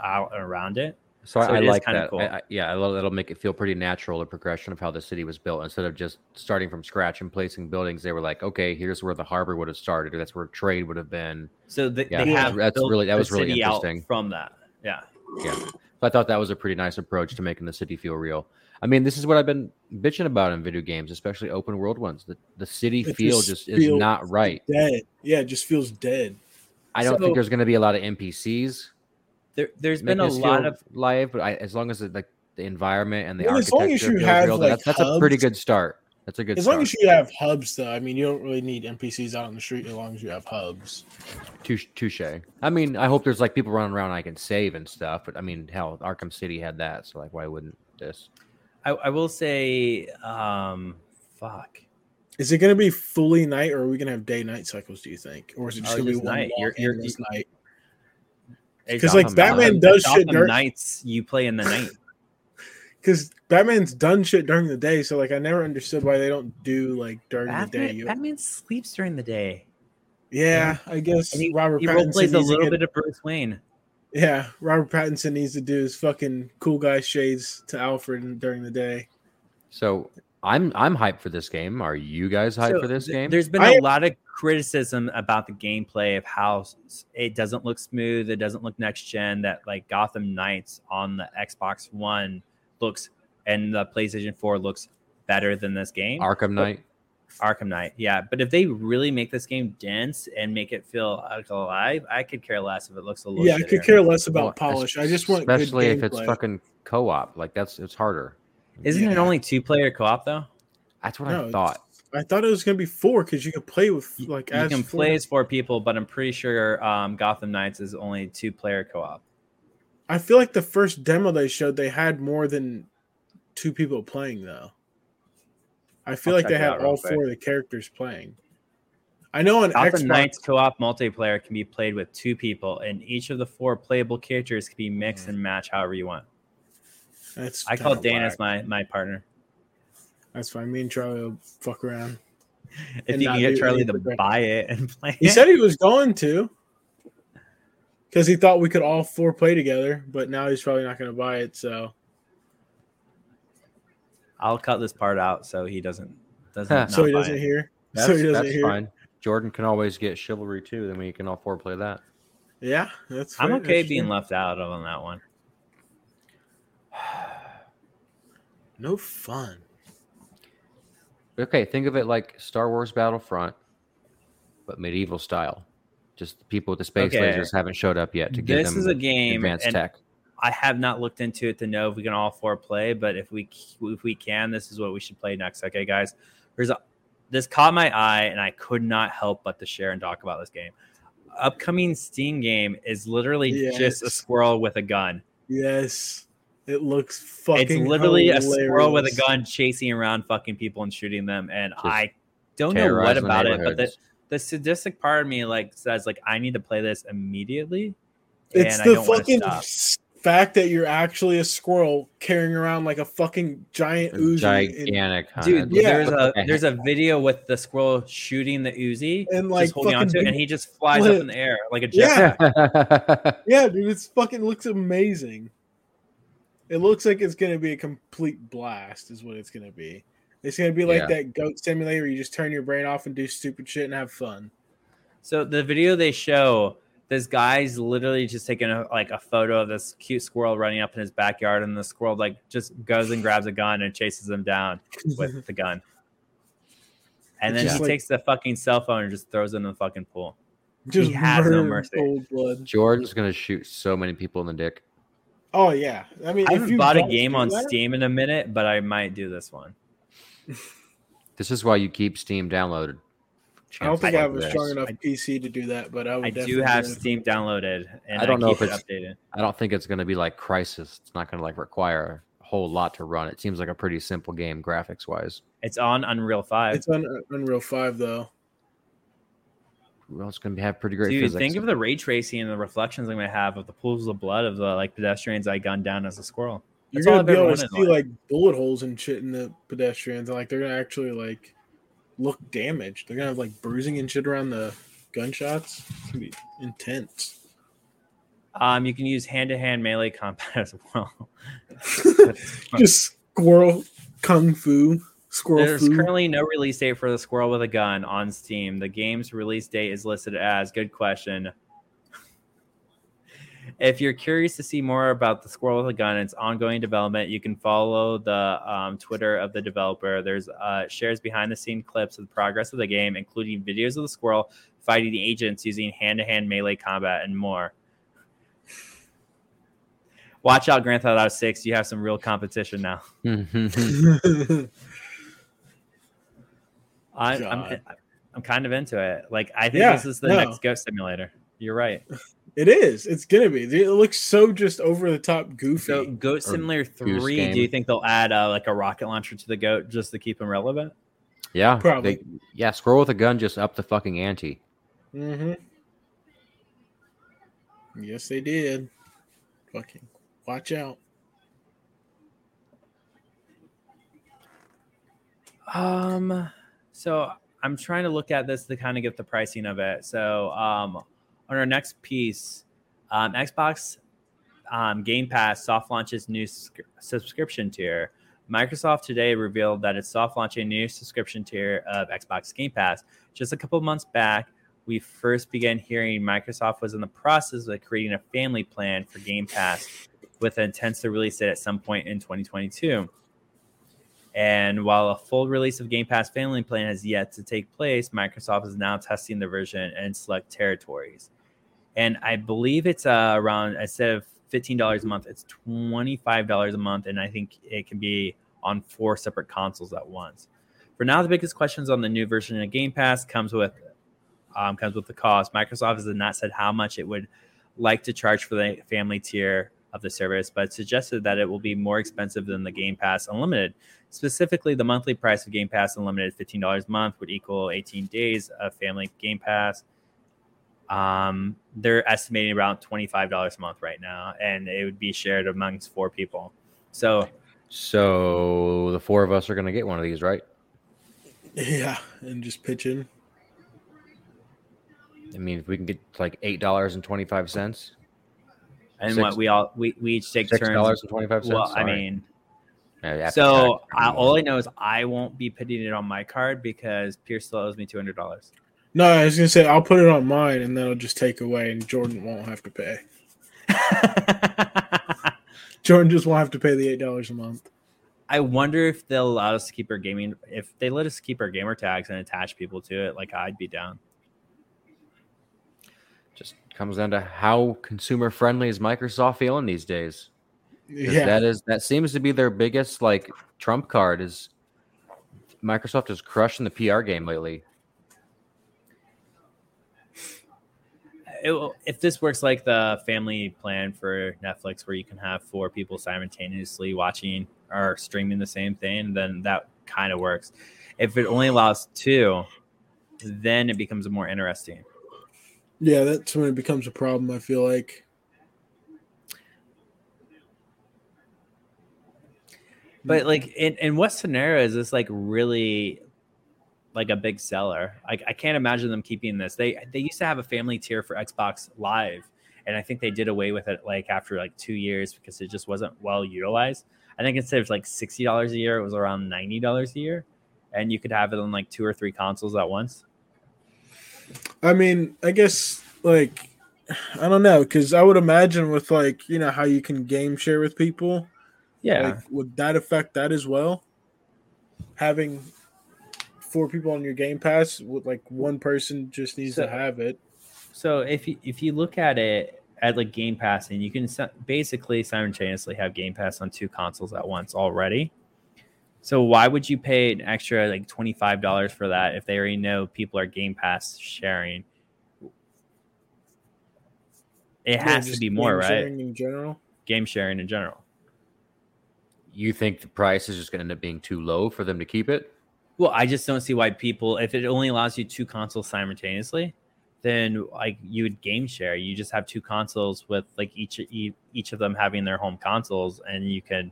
S1: out and around it
S2: So,
S1: So
S2: I, I
S1: it is
S2: like
S1: kinda
S2: that.
S1: cool.
S2: I, I, yeah, I love that'll make it feel pretty natural the progression of how the city was built instead of just starting from scratch and placing buildings. They were like, okay, here's where the harbor would have started, or that's where trade would have been.
S1: so they,
S2: Yeah,
S1: they
S2: that's-
S1: have
S2: that's
S1: built
S2: really- that
S1: the
S2: was really
S1: city out
S2: interesting.
S1: from that yeah
S2: So I thought that was a pretty nice approach to making the city feel real. I mean, this is what I've been bitching about in video games, especially open world ones. The the city
S3: It
S2: feel
S3: just
S2: just is
S3: feels
S2: not right.
S3: Dead. Yeah, it just feels dead.
S2: I don't
S1: So-
S2: think there's going to be a lot of NPCs.
S1: there, there's been
S2: making
S1: a
S2: us
S1: lot
S2: feel
S1: of
S2: live, but I, as long as it, like the environment and the
S3: Well, as long
S2: architecture
S3: as you
S2: feels
S3: have,
S2: real,
S3: like,
S2: that's, that's a pretty
S3: hubs.
S2: good start. That's a good.
S3: As
S2: start.
S3: long as you have hubs, though, I mean, you don't really need NPCs out on the street. As long as you have hubs,
S2: Touche. touche. I mean, I hope there's like people running around I can save and stuff, but I mean, hell, Arkham City had that, so like, why wouldn't this?
S1: I, I will say um fuck
S3: is it going to be fully night, or are we going to have day night cycles? Do you think, or is it just
S1: Oh,
S3: going to be
S1: just
S3: one
S1: night.
S3: night?
S1: You're- you're-
S3: night? Because like
S2: Gotham
S1: Uh,
S2: Knights.
S3: Batman does
S1: Gotham
S3: shit during
S1: nights you play in the night.
S3: because Batman's done shit during the day. So like I never understood why they don't do like during the day.
S1: Batman,
S3: You-
S1: Batman sleeps during the day.
S3: yeah, I guess
S1: And he,
S3: Robert
S1: he
S3: Pattinson
S1: role plays a
S3: needs to
S1: little
S3: get-
S1: bit of Bruce Wayne.
S3: Yeah, Robert Pattinson needs to do his fucking cool guy shades to Alfred during the day.
S2: So I'm I'm hyped for this game. Are you guys hyped
S1: So
S2: for this
S1: th-
S2: game?
S1: There's been
S3: I-
S1: a lot of criticism about the gameplay of how s- it doesn't look smooth, it doesn't look next gen. That like Gotham Knights on the Xbox One looks and the PlayStation 4 looks better than this game.
S2: Arkham Knight.
S1: Arkham Knight, yeah. But if they really make this game dense and make it feel like alive, I could care less if it looks a little.
S3: Yeah, I could
S1: shittier.
S3: care less about
S2: Well,
S3: polish.
S2: es-
S3: I just want
S2: especially
S3: good
S2: if it's
S3: gameplay.
S2: fucking co-op. Like that's it's harder.
S1: Isn't it
S3: Yeah.
S1: only two player co op though?
S2: That's what
S3: No,
S2: I
S3: it's-
S2: thought.
S3: I thought it was gonna be four because you could play with
S1: You-
S3: like
S1: you
S3: as
S1: can
S3: four.
S1: play as four people, but I'm pretty sure um, Gotham Knights is only two player co op.
S3: I feel like the first demo they showed they had more than two people playing though. I feel
S1: I'll
S3: like
S1: check
S3: they
S1: it out
S3: had
S1: real
S3: all
S1: quick.
S3: four of the characters playing. I know on
S1: Gotham
S3: Xbox,
S1: Knights co-op multiplayer can be played with two people, and each of the four playable characters can be mixed and match however you want.
S3: that's
S1: I call
S3: kinda
S1: Dan as
S3: whack.
S1: my my partner.
S3: That's fine. Me and Charlie will fuck around.
S1: If
S3: And
S1: you
S3: not
S1: can
S3: do
S1: get
S3: any
S1: Charlie to
S3: progression.
S1: buy it and [LAUGHS] play,
S3: He
S1: it.
S3: said he was going to because he thought we could all four play together, but now he's probably not going to buy it. So
S1: I'll cut this part out so he doesn't doesn't.
S3: so
S1: not
S3: he
S1: buy
S3: doesn't
S1: it.
S3: hear.
S2: That's,
S3: [LAUGHS] so he doesn't
S2: that's
S3: hear.
S2: fine. Jordan can always get chivalry too. Then we can all four play that.
S3: Yeah, that's.
S1: I'm
S3: fair,
S1: okay
S3: that's
S1: being
S3: fair.
S1: left out on that one. [SIGHS]
S3: no fun.
S2: Okay, think of it like Star Wars Battlefront, but medieval style. Just the people with the space
S1: Okay.
S2: lasers haven't showed up yet to give
S1: This
S2: them
S1: is a game,
S2: advanced
S1: and
S2: tech.
S1: I have not looked into it to know if we can all four play, but if we c- if we can, this is what we should play next. Okay, guys, there's a, this caught my eye, and I could not help but to share and talk about this game. Upcoming Steam game is literally just a
S3: Yes.
S1: squirrel with a gun.
S3: Yes, it looks fucking.
S1: it's literally a squirrel with a
S3: hilarious.
S1: gun chasing around fucking people and shooting them, and
S2: Just
S1: I don't know what
S2: Terrorizing
S1: about it, but the,
S2: neighborhoods.
S1: the sadistic part of me like says like I need to play this immediately.
S3: It's
S1: and I
S3: the
S1: don't wanna
S3: fucking
S1: stop.
S3: s- fact that you're actually a squirrel carrying around like a fucking giant
S2: A
S3: Uzi. and-
S2: gigantic hunt.
S1: Dude,
S3: Yeah.
S1: there's
S2: What
S1: a
S2: the
S1: there's a video with the squirrel shooting the Uzi
S3: And,
S1: and
S3: like,
S1: like holding
S3: fucking
S1: onto it,
S3: big-
S1: and he just flies
S3: What?
S1: up in the air like a
S3: Yeah.
S1: jet.
S2: heck?
S3: Yeah, dude, it's fucking looks amazing. It looks like it's gonna be a complete blast, is what it's gonna be. It's gonna be like
S2: Yeah.
S3: that goat simulator. where You just turn your brain off and do stupid shit and have fun.
S1: So the video they show, this guy's literally just taking a, like a photo of this cute squirrel running up in his backyard, and the squirrel like just goes and grabs a gun and chases him down
S3: [LAUGHS]
S1: with the gun. And
S3: It's
S1: then
S3: just
S1: he
S3: like-
S1: takes the fucking cell phone and just throws it in the fucking pool.
S3: Just
S1: has no
S3: murder in
S1: mercy.
S3: Cold
S2: [LAUGHS]
S3: blood.
S2: Jordan's gonna shoot so many people in the dick.
S3: Oh yeah, I mean,
S1: I
S3: if
S1: haven't
S3: you
S1: bought a
S3: guys
S1: game
S3: do
S1: on
S3: that-
S1: Steam in a minute, but I might do this one.
S2: This is why you keep Steam downloaded.
S3: I
S2: Chances
S3: don't think I
S2: like
S3: have a
S2: this.
S3: strong enough
S1: I-
S3: PC to do that, but I would.
S1: I
S3: definitely
S1: do have
S3: it.
S1: Steam downloaded, and
S2: I don't know
S1: keep
S2: if
S1: it
S2: it's-
S1: updated.
S2: I don't think it's going to be like Crisis. It's not going to like require a whole lot to run. It seems like a pretty simple game graphics wise.
S1: It's on Unreal Five.
S3: It's on Unreal Five though.
S2: Well, it's going to have pretty great
S1: Dude,
S2: physics.
S1: think of the ray tracing and the reflections I'm gonna have of the pools of blood of the like pedestrians I gunned down as a squirrel.
S3: You're
S1: That's all
S3: gonna
S1: I've
S3: be
S1: ever
S3: able to
S1: wanted in
S3: see
S1: life.
S3: like bullet holes and shit in the pedestrians, and like they're gonna actually like look damaged. They're gonna have like bruising and shit around the gunshots. It's gonna be intense.
S1: Um, you can use hand-to-hand melee combat [LAUGHS] as well.
S3: Just squirrel kung fu, squirrel
S1: There's
S3: fu.
S1: currently no release date for the Squirrel with a Gun on Steam. The game's release date is listed as good question. If you're curious to see more about the Squirrel with a Gun and its ongoing development, you can follow the um, Twitter of the developer. There's uh, shares behind the scene clips of the progress of the game, including videos of the squirrel fighting the agents using hand to hand melee combat and more. Watch out, Grand Theft Auto 6. You have some real competition now.
S2: Mhm.
S1: I,
S3: God.
S1: I'm I'm kind of into it. Like I think
S3: Yeah,
S1: this is the
S3: no.
S1: next Ghost Simulator. You're right.
S3: [LAUGHS] it is. It's gonna be. It looks so just over the top goofy.
S1: So Goat
S2: Or
S1: Simulator three.
S2: Game.
S1: Do you think they'll add uh, like a rocket launcher to the goat just to keep him relevant?
S2: [LAUGHS] yeah,
S3: Probably.
S2: they- yeah, squirrel with a gun just up the fucking ante.
S3: hmm Mm-hmm. Yes, they did. Fucking watch out. [LAUGHS]
S1: Um, so I'm trying to look at this to kind of get the pricing of it. So, um, on our next piece, um, Xbox um, Game Pass soft launches new sc- subscription tier. Microsoft today revealed that it's soft launching a new subscription tier of Xbox Game Pass. Just a couple months back, we first began hearing Microsoft was in the process of creating a family plan for Game Pass with intent to release it at some point in 2022. And while a full release of Game Pass Family Plan has yet to take place, Microsoft is now testing the version in select territories. And I believe it's uh, around, instead of $15 a month, it's $25 a month. And I think it can be on four separate consoles at once. For now, the biggest questions on the new version of Game Pass comes with um, comes with the cost. Microsoft has not said how much it would like to charge for the family tier of the service, but suggested that it will be more expensive than the Game Pass Unlimited. Specifically, the monthly price of Game Pass Unlimited, $15 a month, would equal 18 days of family Game Pass. Um, they're estimating around $25 a month right now, and it would be shared amongst four people. So,
S2: So the four of us are going to get one of these, right?
S3: Yeah, and just pitch in.
S2: I mean, if we can get like eight dollars and twenty five cents,
S1: and
S2: Six-
S1: what we all we, we each take
S2: six
S1: turns.
S2: dollars and twenty five cents.
S1: Well, I mean, so I, all I know is I won't be putting it on my card because Pierce still owes me
S2: [LAUGHS]
S1: $200.
S3: No, I was gonna say I'll put it on mine, and that'll just take away, and Jordan won't have to pay. [LAUGHS] Jordan just won't have to pay the eight dollars a month.
S1: I wonder if they'll allow us to keep our gaming. If they let us keep our gamer tags and attach people to it, like I'd be down.
S2: just comes down to how consumer friendly is Microsoft feeling these days. 'Cause
S3: Yeah,
S2: That is that seems to be their biggest like trump card is Microsoft is crushing the PR game lately.
S1: It will- if this works like the family plan for Netflix, where you can have four people simultaneously watching or streaming the same thing, then that kind of works. If it only allows two, then it becomes more interesting.
S3: yeah, that's when it becomes a problem. I feel like.
S1: But like, in, in what scenario is this like really like a big seller? Like, I can't imagine them keeping this. They they used to have a family tier for Xbox Live, and I think they did away with it like after like two years because it just wasn't well utilized. I think instead of like sixty dollars a year, it was around ninety dollars a year, and you could have it on like two or three consoles at once.
S3: I mean, I guess like I don't know because I would imagine with like you know how you can game share with people.
S1: Yeah,
S3: Like, would that affect that as well? Having four people on your Game Pass, with like one person just needs
S1: So-
S3: to have it.
S1: So if you if you look at it at like Game Pass, and you can si- basically simultaneously have Game Pass on two consoles at once already. So why would you pay an extra like twenty five dollars for that if they already know people are Game Pass sharing? It
S3: Yeah,
S1: has to
S3: just
S1: be more,
S3: game
S1: right?
S3: sharing In general,
S1: Game sharing in general.
S2: You think the price is just going to end up being too low for them to keep it?
S1: Well, I just don't see why people, if it only allows you two consoles simultaneously, then like you would game share. You just have two consoles with like each e- each of them having their home consoles, and you could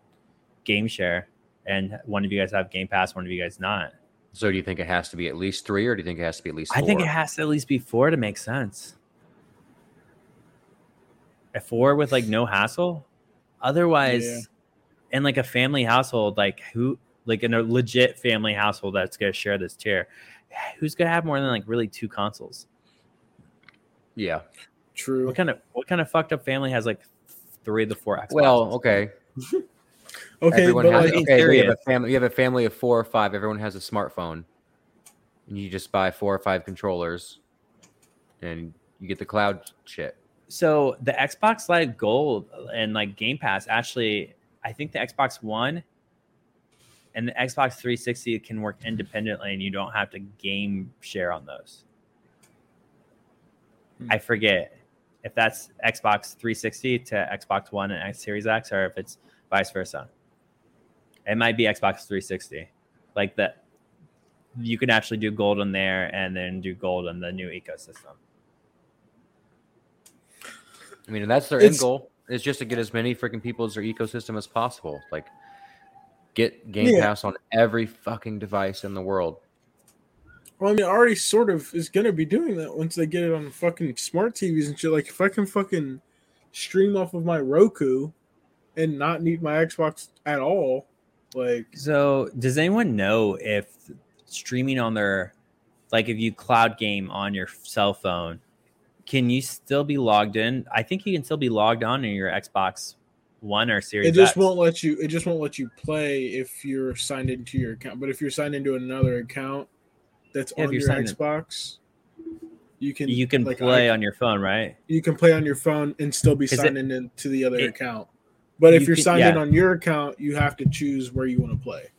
S1: game share. And one of you guys have Game Pass, one of you guys not.
S2: So do you think it has to be at least three, or do you think it has to be at least?
S1: I
S2: Four?
S1: think it has to at least be four to make sense. A four with like no hassle. Otherwise, in like a family household, like who, like in a legit family household that's going to share this tier, who's going to have more than like really two consoles?
S2: yeah.
S3: true.
S1: What kind of what kind of fucked up family has like three of the four Xboxes?
S2: Well, okay.
S3: Okay,
S2: everyone
S3: but
S2: has
S3: like,
S1: in
S2: okay,
S1: theory,
S2: you have a
S1: it's-
S2: family you have a family of four or five, everyone has a smartphone. And you just buy four or five controllers and you get the cloud shit.
S1: so the Xbox Live Gold and like Game Pass actually, I think the Xbox One and the Xbox 360 can work independently, and you don't have to game share on those.
S3: Hmm.
S1: I forget if that's Xbox 360 to Xbox One and X Series X, or if it's vice versa. It might be Xbox 360, like that. You can actually do gold on there, and then do gold on the new ecosystem.
S2: I mean, and that's their end
S3: It's-
S2: goal is just to get as many freaking people as their ecosystem as possible. Like, get Game
S3: Yeah.
S2: Pass on every fucking device in the world.
S3: Well, I mean, already sort of is gonna be doing that once they get it on fucking smart TVs and shit. Like, if I can fucking stream off of my Roku and not need my Xbox at all, like,
S1: So, does anyone know if streaming on their, like, if you cloud game on your cell phone, can you still be logged in? I think you can still be logged on in your Xbox One or Series.
S3: it just
S1: X.
S3: won't let you. It just won't let you play if you're signed into your account. But if you're signed into another account that's
S1: Yeah, if
S3: on
S1: you're
S3: your
S1: signed in.
S3: Xbox, you can
S1: You can
S3: like,
S1: play
S3: I-
S1: on your phone, right?
S3: you can play on your phone and still be
S1: 'Cause it-
S3: signed in into the other
S1: it-
S3: account. But if
S1: you
S3: you're
S1: can-
S3: signed in
S1: yeah.
S3: on your account, you have to choose where you want to play.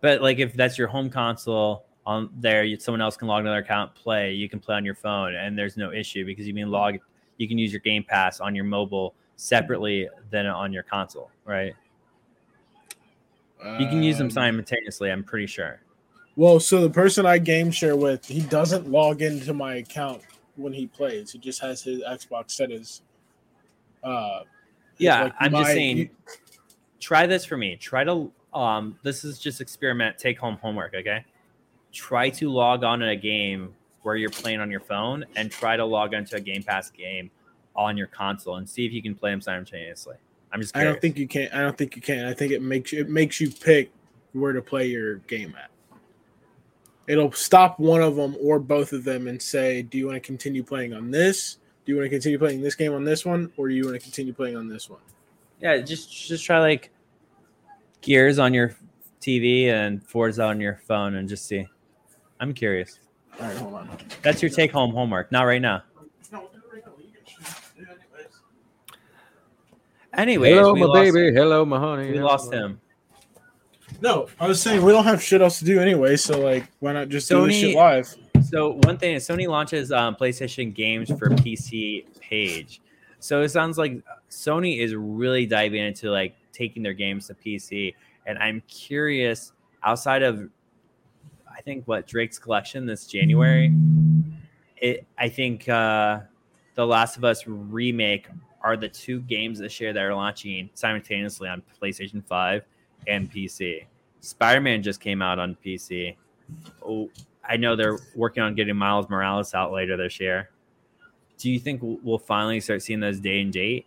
S1: But like, if that's your home console on there, you, someone else can log another account, play. You can play on your phone, and there's no issue because you can log. You can use your Game Pass on your mobile separately than on your console, right? You can use them
S3: Um,
S1: simultaneously. I'm pretty sure.
S3: Well, so the person I game share with, he doesn't log into my account when he plays. He just has his Xbox set as. Uh, as,
S1: Yeah,
S3: like,
S1: I'm just
S3: my-
S1: saying. try this for me. Try to um this is just experiment, take home homework, okay? Try to log on in a game where you're playing on your phone and try to log into a Game Pass game on your console and see if you can play them simultaneously. I'm just
S3: I
S1: curious.
S3: don't think you can. I don't think you can. I think it makes you. It makes you pick where to play your game at. It'll stop one of them or both of them and say, "Do you want to continue playing on this? Do you want to continue playing this game on this one, or do you want to continue playing on this one?"
S1: Yeah, just just try like Gears on your TV and Forza on your phone and just see. I'm curious.
S3: All right, hold on.
S1: That's your take home homework. Not right now. Anyways,
S2: Hello,
S1: we
S2: my
S1: lost,
S2: baby. Hello, my honey.
S1: We
S2: Hello,
S1: lost
S2: my-
S1: him.
S3: No, I was saying we don't have shit else to do anyway, so like, why not just do this
S1: Sony-
S3: shit live?
S1: So one thing is Sony launches um, PlayStation games for PC page. So it sounds like Sony is really diving into like taking their games to PC. And I'm curious, outside of I think what Drake's collection this January, it I think uh, the Last of Us remake are the two games this year that are launching simultaneously on PlayStation Five and PC. Spider Man just came out on PC. Oh, I know they're working on getting Miles Morales out later this year. Do you think we'll we'll finally start seeing those day and date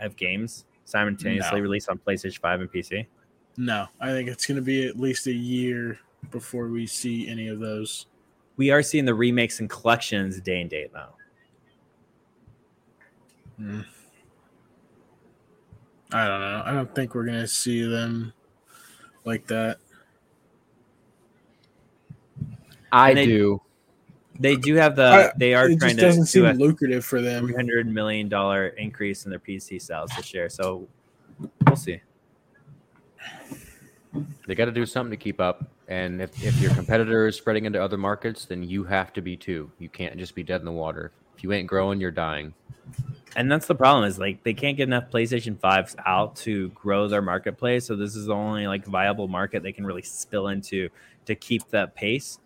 S1: of games simultaneously
S3: No.
S1: released on PlayStation 5 and PC?
S3: No, I think it's gonna be at least a year before we see any of those.
S1: We are seeing the remakes and collections day and date, though.
S3: Mm. I don't know. I don't think we're gonna see them like that.
S2: I
S1: And they-
S2: do.
S1: They do have the,
S3: I-
S1: they are
S3: it
S1: trying
S3: just
S1: to
S3: doesn't
S1: do
S3: seem
S1: a
S3: lucrative for them.
S1: $300 million increase in their PC sales this year. So we'll see.
S2: They got to do something to keep up. And if, if your competitor is spreading into other markets, then you have to be too. You can't just be dead in the water. If you ain't growing, you're dying.
S1: And that's the problem is like they can't get enough PlayStation 5s out to grow their marketplace. So this is the only like viable market they can really spill into to keep that pace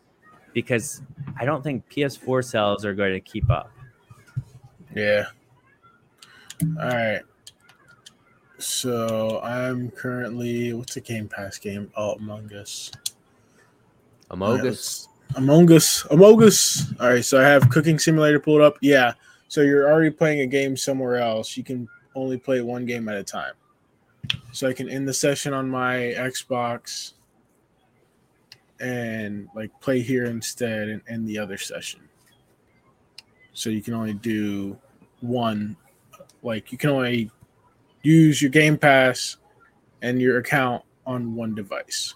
S1: because I don't think PS4 sales are going to keep up.
S3: Yeah. All right. So I'm currently what's a Game Pass game? Oh, Among Us. All right,
S2: Amogus.
S3: let's- Among Us. Among Us. All right. So I have Cooking Simulator pulled up. Yeah. So you're already playing a game somewhere else. You can only play one game at a time. So I can end the session on my Xbox and like play here instead and end the other session. So you can only do one. Like you can only use your Game Pass and your account on one device.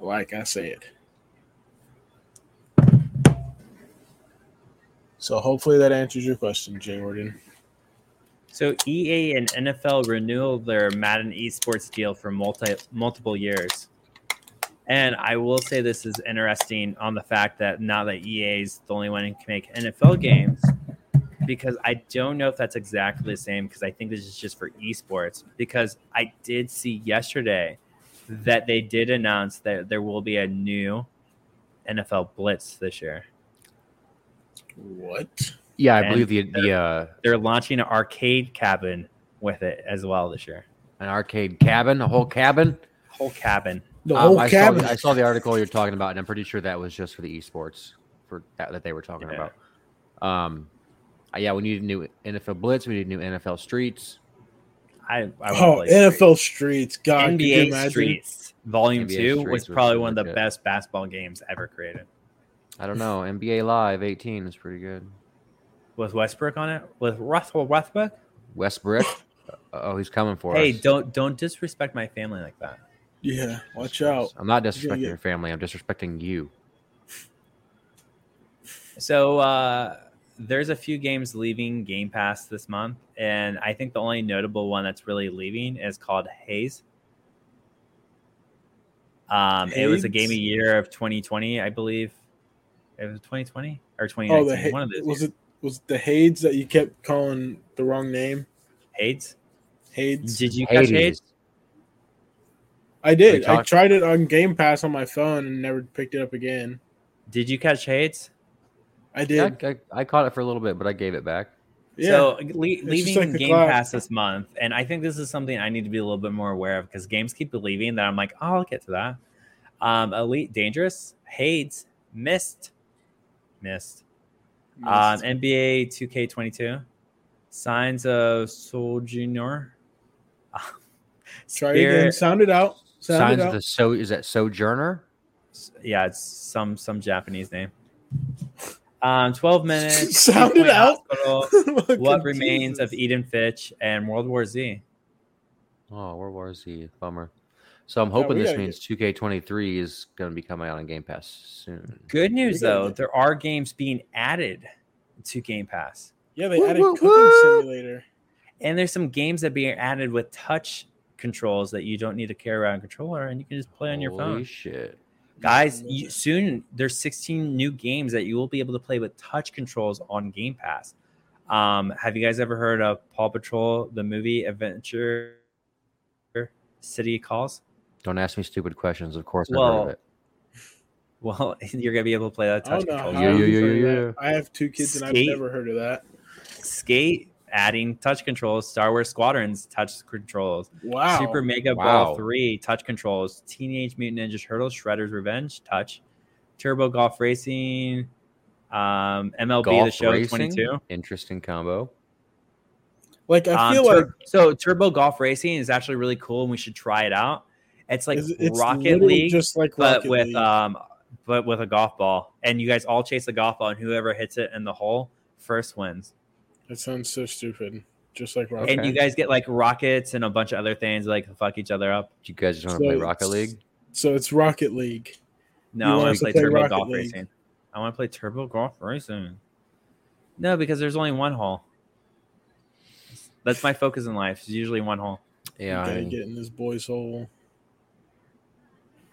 S3: like I said. So hopefully that answers your question, Jay Jordan.
S1: So EA and NFL renewal their Madden esports deal for multi multiple years. And I will say this is interesting on the fact that now that EA is the only one who can make NFL games, because I don't know if that's exactly the same. Because I think this is just for esports. Because I did see yesterday that they did announce that there will be a new NFL Blitz this year.
S3: What?
S2: Yeah, I
S1: And
S2: believe the the uh,
S1: They're launching an arcade cabin with it as well this year.
S2: an arcade cabin, a whole cabin.
S1: Whole cabin.
S3: The
S2: Um,
S3: whole
S2: I
S3: cabin.
S2: Saw, I saw the article you're talking about, and I'm pretty sure that was just for the esports for that, that they were talking
S1: Yeah.
S2: about. Um, uh, yeah, we need a new NFL Blitz. We need new NFL Streets.
S1: I, I wanna
S3: oh,
S1: play Streets.
S3: NFL streets. God, could uh, you
S1: NBA
S3: imagine?
S1: Streets Volume Two
S2: NBA Streets
S1: was
S2: was
S1: probably
S2: pretty
S1: one of the
S2: legit.
S1: best basketball games ever created.
S2: I don't know. NBA Live 18 is pretty good.
S1: With Westbrook on it, with Russell Westbrook.
S2: Westbrook. Uh, oh, he's coming for
S1: Hey,
S2: us.
S1: don't don't disrespect my family like that.
S3: Yeah, watch out.
S2: I'm not
S3: Yeah,
S2: disrespecting
S3: yeah.
S2: your family. I'm disrespecting you.
S1: So uh, there's a few games leaving Game Pass this month, and I think the only notable one that's really leaving is called Haze. Um, it was a
S3: Haze?
S1: game of year of 2020, I believe. It was 2020 or
S3: Oh,
S1: 2019.
S3: the ha-
S1: one of those.
S3: was
S1: years.
S3: it was it the Hades that you kept calling the wrong name?
S1: Hades?
S3: Hades.
S1: Did you catch Hades?
S2: Hades.
S3: I did.
S2: We
S3: I
S2: talked-
S3: tried it on Game Pass on my phone and never picked it up again.
S1: Did you catch Hades?
S3: I did.
S2: Yeah, I, I, I caught it for a little bit, but I gave it back.
S3: yeah.
S1: So le-
S3: just
S1: leaving
S3: like the
S1: Game
S3: cloud.
S1: Pass this month, and I think this is something I need to be a little bit more aware of because games keep leaving that I'm like, oh, I'll get to that. Um, Elite Dangerous, Hades, Mist, Mist, um, NBA 2K22, Signs of Sojourner,
S3: Try it again.
S1: Spirit-
S3: Sound it out. Sound
S2: Signs
S3: it
S2: of
S3: out. [LAUGHS]
S2: the so is that Sojourner?
S1: yeah, it's some some Japanese name. Um,
S3: [LAUGHS]
S1: 12 minutes.
S3: Sound it out. [LAUGHS]
S1: Hospital,
S3: Look
S1: what
S3: at
S1: remains of
S3: Jesus.
S1: Eden Fitch and World War Z?
S2: Oh, World War Z. Bummer. So I'm
S3: Yeah,
S2: hoping
S3: we
S2: this
S3: gotta
S2: means 2K23 is going to be coming out on Game Pass soon.
S1: Good news
S3: gotta
S1: though,
S3: get-
S1: there are games being added to Game Pass,
S3: Yeah, they
S2: Woo,
S3: added
S2: woo,
S3: cooking
S2: woo.
S3: simulator.
S1: and there's some games that being added with touch controls that you don't need to carry around a controller, and you can just play on your
S2: Holy
S1: phone.
S2: shit.
S1: Guys, you, soon there's 16 new games that you will be able to play with touch controls on Game Pass. Um, have you guys ever heard of Paw Patrol the movie Adventure City Calls? [LAUGHS]
S2: Don't ask me stupid questions. Of course, I heard
S1: Well,
S2: of it.
S1: Well, you're gonna be able to play that
S3: I
S1: touch
S3: don't know.
S1: controls.
S3: How
S2: Yeah,
S3: I've
S2: yeah, yeah,
S3: heard of
S2: yeah,
S3: that. I have two kids and I've
S1: Skate.
S3: never heard of that.
S1: Skate adding touch controls, Star Wars Squadrons touch controls,
S3: Wow.
S1: Super Mega
S2: Wow.
S1: Ball 3 touch controls, Teenage Mutant Ninja Turtles, Shredder's Revenge touch, Turbo Golf Racing, um, MLB The
S2: Golf
S1: Show
S2: racing?
S1: 22.
S2: Interesting combo.
S3: like I
S1: Um,
S3: feel
S1: tur-
S3: like
S1: so Turbo Golf Racing is actually really cool and we should try it out. It's like
S3: it's, it's
S1: Rocket
S3: literally
S1: League,
S3: just like
S1: but
S3: Rocket
S1: with
S3: League.
S1: um but with a golf ball. And you guys all chase the golf ball and whoever hits it in the hole first wins.
S3: that sounds so stupid. Just like Rocket.
S1: and
S2: Okay.
S1: you guys get like rockets and a bunch of other things like to fuck each other up.
S2: Do you guys just want to play
S3: So
S2: Rocket
S3: it's-
S2: League?
S3: So it's Rocket League.
S1: No,
S3: You
S1: I
S3: want
S1: want to
S3: us to
S1: play
S3: play
S1: turbo
S3: Rocket
S1: golf
S3: League.
S1: racing. I want to play turbo golf racing. No, because there's only one hole. That's my focus in life. It's usually one hole.
S2: Yeah,
S3: you
S2: I
S3: gotta
S2: mean,
S3: get in this boy's hole.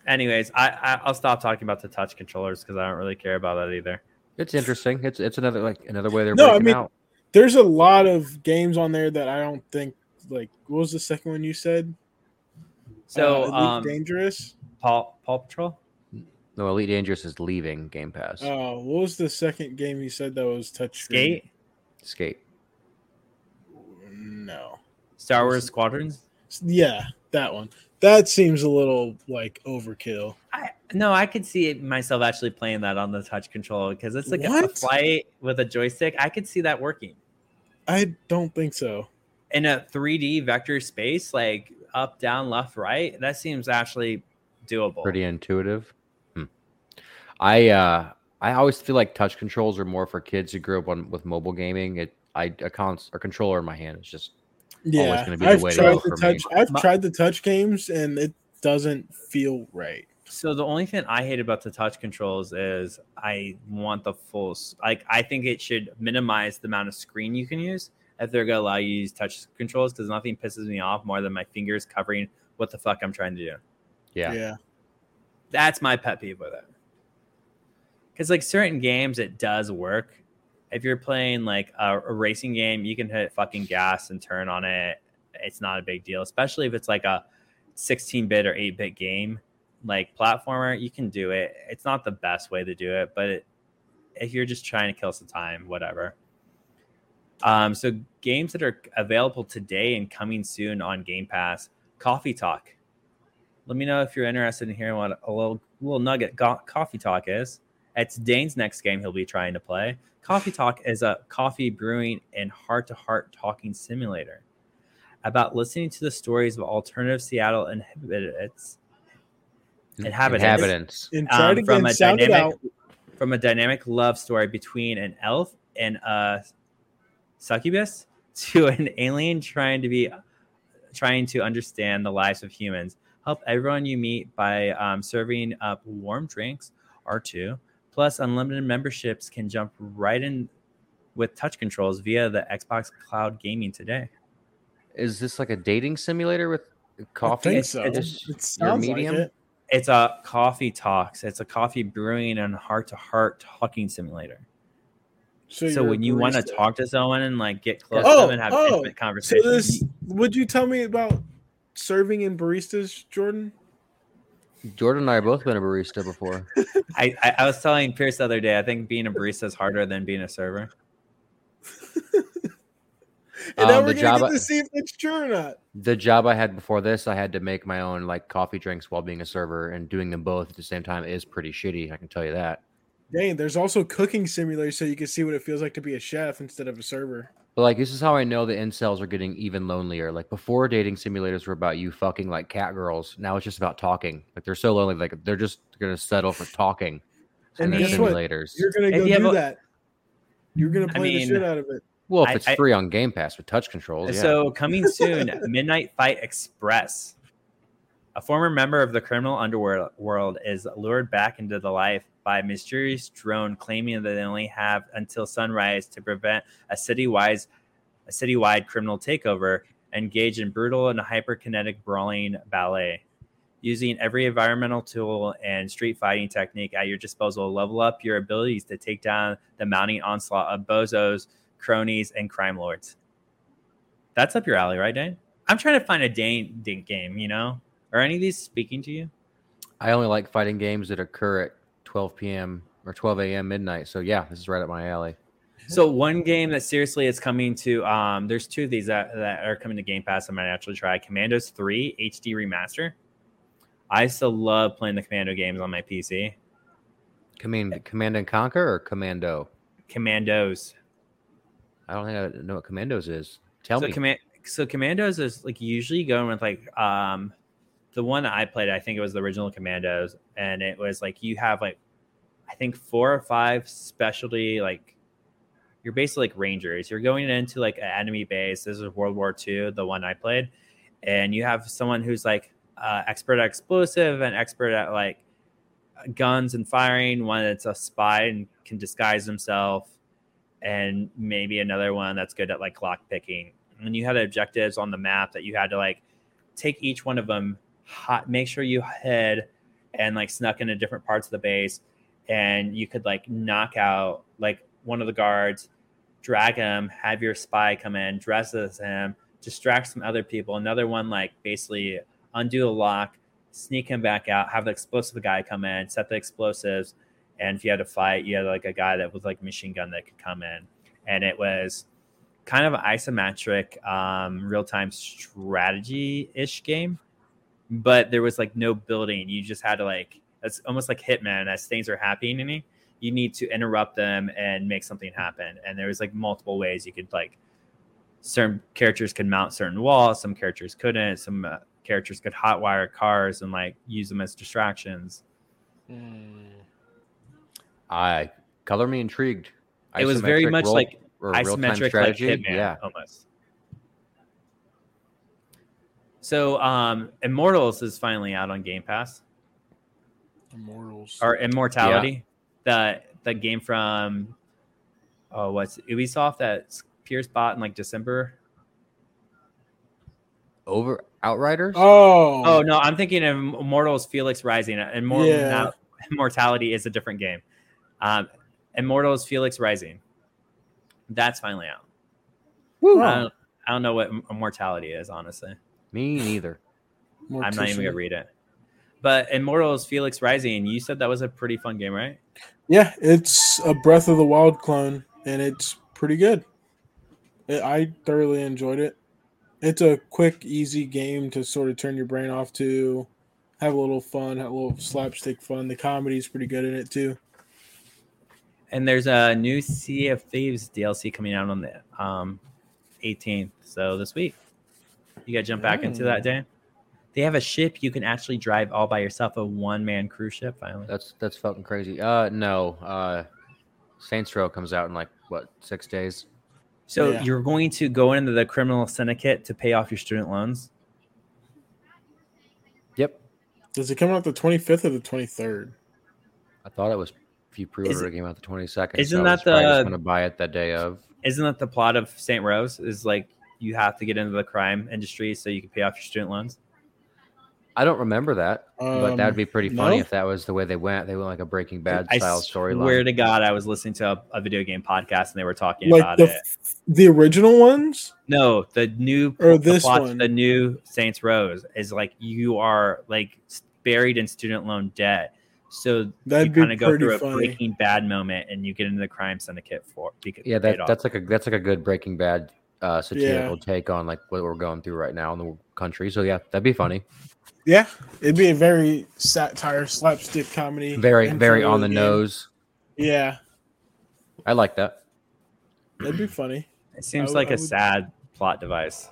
S1: Anyways, I, I I'll stop talking about the touch controllers because I don't really care about that either.
S2: it's interesting. It's it's another like another way they're
S3: No, I
S2: breaking
S3: mean-
S2: out.
S3: There's a lot of games on there that I don't think. Like, what was the second one you said? Uh,
S1: So,
S3: Elite
S1: um,
S3: dangerous.
S1: Paw Paw Patrol.
S2: No, Elite Dangerous is leaving Game Pass.
S3: Oh, what was the second game you said that was touch
S1: Skate,
S2: Skate.
S3: No.
S1: Star Wars Squadrons.
S3: Yeah, that one. That seems a little like overkill.
S1: I, no, I could see it myself actually playing that on the touch controller because it's like a, a
S3: What?
S1: flight with a joystick. I could see that working.
S3: I don't think so.
S1: in a 3D vector space, like up, down, left, right, that seems actually doable.
S2: Pretty intuitive. Hmm. I uh I always feel like touch controls are more for kids who grew up on with mobile gaming. It I a cons or controller in my hand is just
S3: Yeah,
S2: gonna be the
S3: I've
S2: way to go
S3: tried the
S2: for me.
S3: touch. I've
S1: My-
S3: tried the touch games, and it doesn't feel right.
S1: So the only thing I hate about the touch controls is I want the full s- like I think it should minimize the amount of screen you can use if they're gonna allow you to use touch controls because nothing pisses me off more than my fingers covering what the fuck I'm trying to do.
S2: yeah.
S1: That's my pet peeve with it. Because like certain games, it does work. If you're playing like a, a racing game, you can hit fucking gas and turn on it. It's not a big deal, especially if it's like a 16-bit or 8-bit game, like platformer. You can do it. It's not the best way to do it, but it, if you're just trying to kill some time, whatever. Um, so games that are available today and coming soon on Game Pass, Coffee Talk. Let me know if you're interested in hearing what a little little nugget go- Coffee Talk is. It's Dane's next game he'll be trying to play. Coffee Talk is a coffee brewing and heart to heart talking simulator about listening to the stories of alternative Seattle inhabitants Inhabitants.
S2: Inhabitants.
S3: And try
S1: um,
S3: to
S1: from a
S3: sound it
S1: dynamic
S3: out.
S1: from a dynamic love story between an elf and a succubus to [LAUGHS] an alien trying to be trying to understand the lives of humans. Help everyone you meet by um, serving up warm drinks or two. Plus, unlimited memberships can jump right in with touch controls via the Xbox Cloud Gaming today.
S2: Is this like a dating simulator with
S3: I
S2: coffee?
S3: think so.
S1: It's-
S3: it sounds like
S2: medium?
S3: it.
S1: It's a coffee talks. It's a coffee brewing and heart to heart talking simulator. so
S3: you're a
S1: when you want to
S3: barista.
S1: talk to someone and like get close to
S3: Oh,
S1: them and have
S3: oh,
S1: intimate
S3: so
S1: conversations,
S3: this would you tell me about serving in baristas, Jordan?
S2: [LAUGHS] Jordan and I have both been a barista before.
S1: I, I I was telling Pierce the other day, I think being a barista is harder than being a server.
S3: And now
S2: Um,
S3: we're
S2: the
S3: gonna
S2: job-
S3: get to see if it's true or not.
S2: the job I had before this, I had to make my own like coffee drinks while being a server, and doing them both at the same time is pretty shitty. I can tell you that.
S3: Dang, there's also cooking simulators so you can see what it feels like to be a chef instead of a server.
S2: But like, this is how I know the incels are getting even lonelier. Like before, dating simulators were about you fucking like cat girls. Now it's just about talking. Like they're so lonely. Like they're just gonna settle for talking. And
S3: And
S2: their
S1: guess what?
S2: simulators.
S3: You're gonna
S1: If
S3: go
S1: you have
S3: do
S1: a-
S3: that. You're gonna
S1: I
S3: play
S1: mean-
S3: the shit out of it.
S2: Well, if
S1: I-
S2: it's
S1: I-
S2: free on Game Pass with touch controls, yeah.
S1: So coming soon, Midnight Fight Express. A former member of the criminal underworld world is lured back into the life by a mysterious drone claiming that they only have until sunrise to prevent a city-wide, a city-wide criminal takeover, engage in brutal and hyperkinetic brawling ballet. Using every environmental tool and street fighting technique at your disposal, level up your abilities to take down the mounting onslaught of bozos, cronies, and crime lords. That's up your alley, right, Dane? I'm trying to find a Dane Dink game, you know? Are any of these speaking to you?
S2: I only like fighting games that occur at 12 p.m. or 12 a.m. midnight. So yeah, this is right up my alley.
S1: [LAUGHS] So one game that seriously is coming to um there's two of these that, that are coming to Game Pass I might actually try. Commandos 3 HD remaster. I still love playing the Commando games on my PC.
S2: Command, Command and Conquer or Commando?
S1: Commandos.
S2: I don't think I know what Commandos is. Tell
S1: so
S2: me.
S1: Command so Commandos is like usually going with like um the one that I played, I think it was the original Commandos, and it was like you have like I think four or five specialty like you're basically like rangers. You're going into like an enemy base. This is World War II, the one I played, and you have someone who's like uh, expert at explosive and expert at like guns and firing. One that's a spy and can disguise himself, and maybe another one that's good at like lock picking. And you had objectives on the map that you had to like take each one of them, hot, make sure you hid and like snuck into different parts of the base, and you could like knock out like one of the guards, drag him, have your spy come in, dress as him, distract some other people. Another one like basically undo a lock, sneak him back out, have the explosive guy come in, set the explosives, and if you had to fight, you had like a guy that was like machine gun that could come in, and it was kind of an isometric, um, real time strategy ish game, but there was like no building. You just had to like it's almost like Hitman as things are happening. You need to interrupt them and make something happen. And there was like multiple ways you could like certain characters could mount certain walls, some characters couldn't, some uh, characters could hotwire cars and like use them as distractions.
S2: I color me intrigued.
S1: It was very
S2: Isometric
S1: much
S2: roll-
S1: like
S2: or real-time
S1: isometric like Hitman
S2: Yeah.
S1: almost. So um Immortals is finally out on Game Pass
S3: Immortals.
S1: or Immortality, the the game from oh what's it, Ubisoft that Pierce bought in like December.
S2: Over Outriders.
S3: Oh,
S1: Oh no, I'm thinking of Immortals Felix Rising. Immortal
S3: Yeah.
S1: Immortality is a different game. Um Immortals Felix Rising. That's finally out.
S3: Woo.
S1: I, don't, I don't know what Immortality is honestly.
S2: Me neither.
S1: I'm not even gonna read it. But Immortals Felix Rising, you said that was a pretty fun game, right?
S3: Yeah, it's a Breath of the Wild clone, and it's pretty good. It, I thoroughly enjoyed it. It's a quick, easy game to sort of turn your brain off to, have a little fun, have a little slapstick fun. The comedy's pretty good in it too.
S1: And there's a new Sea of Thieves DLC coming out on the um, 18th, so this week. You got to jump back into that, Dan. They have a ship you can actually drive all by yourself, a one man cruise ship. Finally,
S2: That's that's fucking crazy. Uh, no. Uh, Saints Row comes out in like what six days?
S1: so
S3: Yeah.
S1: you're going to go into the criminal syndicate to pay off your student loans.
S2: Yep.
S3: Does it come out the 25th or the 23rd?
S2: I thought it was. If you pre-order, it,
S1: Isn't-
S2: came out the twenty second.
S1: isn't that the-
S2: going to buy it that day of?
S1: Isn't that the plot of Saint Rose? Is like you have to get into the crime industry so you can pay off your student loans.
S2: I don't remember that, but
S3: Um,
S2: that'd be pretty funny
S3: no?
S2: if that was the way they went. They went like a Breaking Bad
S1: I
S2: style
S1: swear
S2: storyline.
S1: to God, I was listening to a, a video game podcast and they were talking
S3: like
S1: about
S3: the
S1: it.
S3: the original ones
S1: No, the new
S3: or
S1: the
S3: this
S1: plot to
S3: one?
S1: the new Saints Rose is like you are like s- buried in student loan debt. So
S3: That'd
S1: you
S3: be
S1: kind of go
S3: pretty
S1: through a
S3: funny.
S1: Breaking Bad moment and you get into the crime syndicate for because
S2: Yeah, that, that's like a that's like a good Breaking Bad uh, satirical take on like what we're going through right now in the country. So yeah, that'd be funny.
S3: Yeah, it'd be a very satire slapstick comedy.
S2: Very
S3: intro
S2: very
S3: to
S2: on the
S3: game.
S2: nose.
S3: Yeah,
S2: I like that.
S3: that'd be funny.
S1: it seems
S3: I-
S1: like
S3: I
S1: a
S3: would-
S1: sad plot device.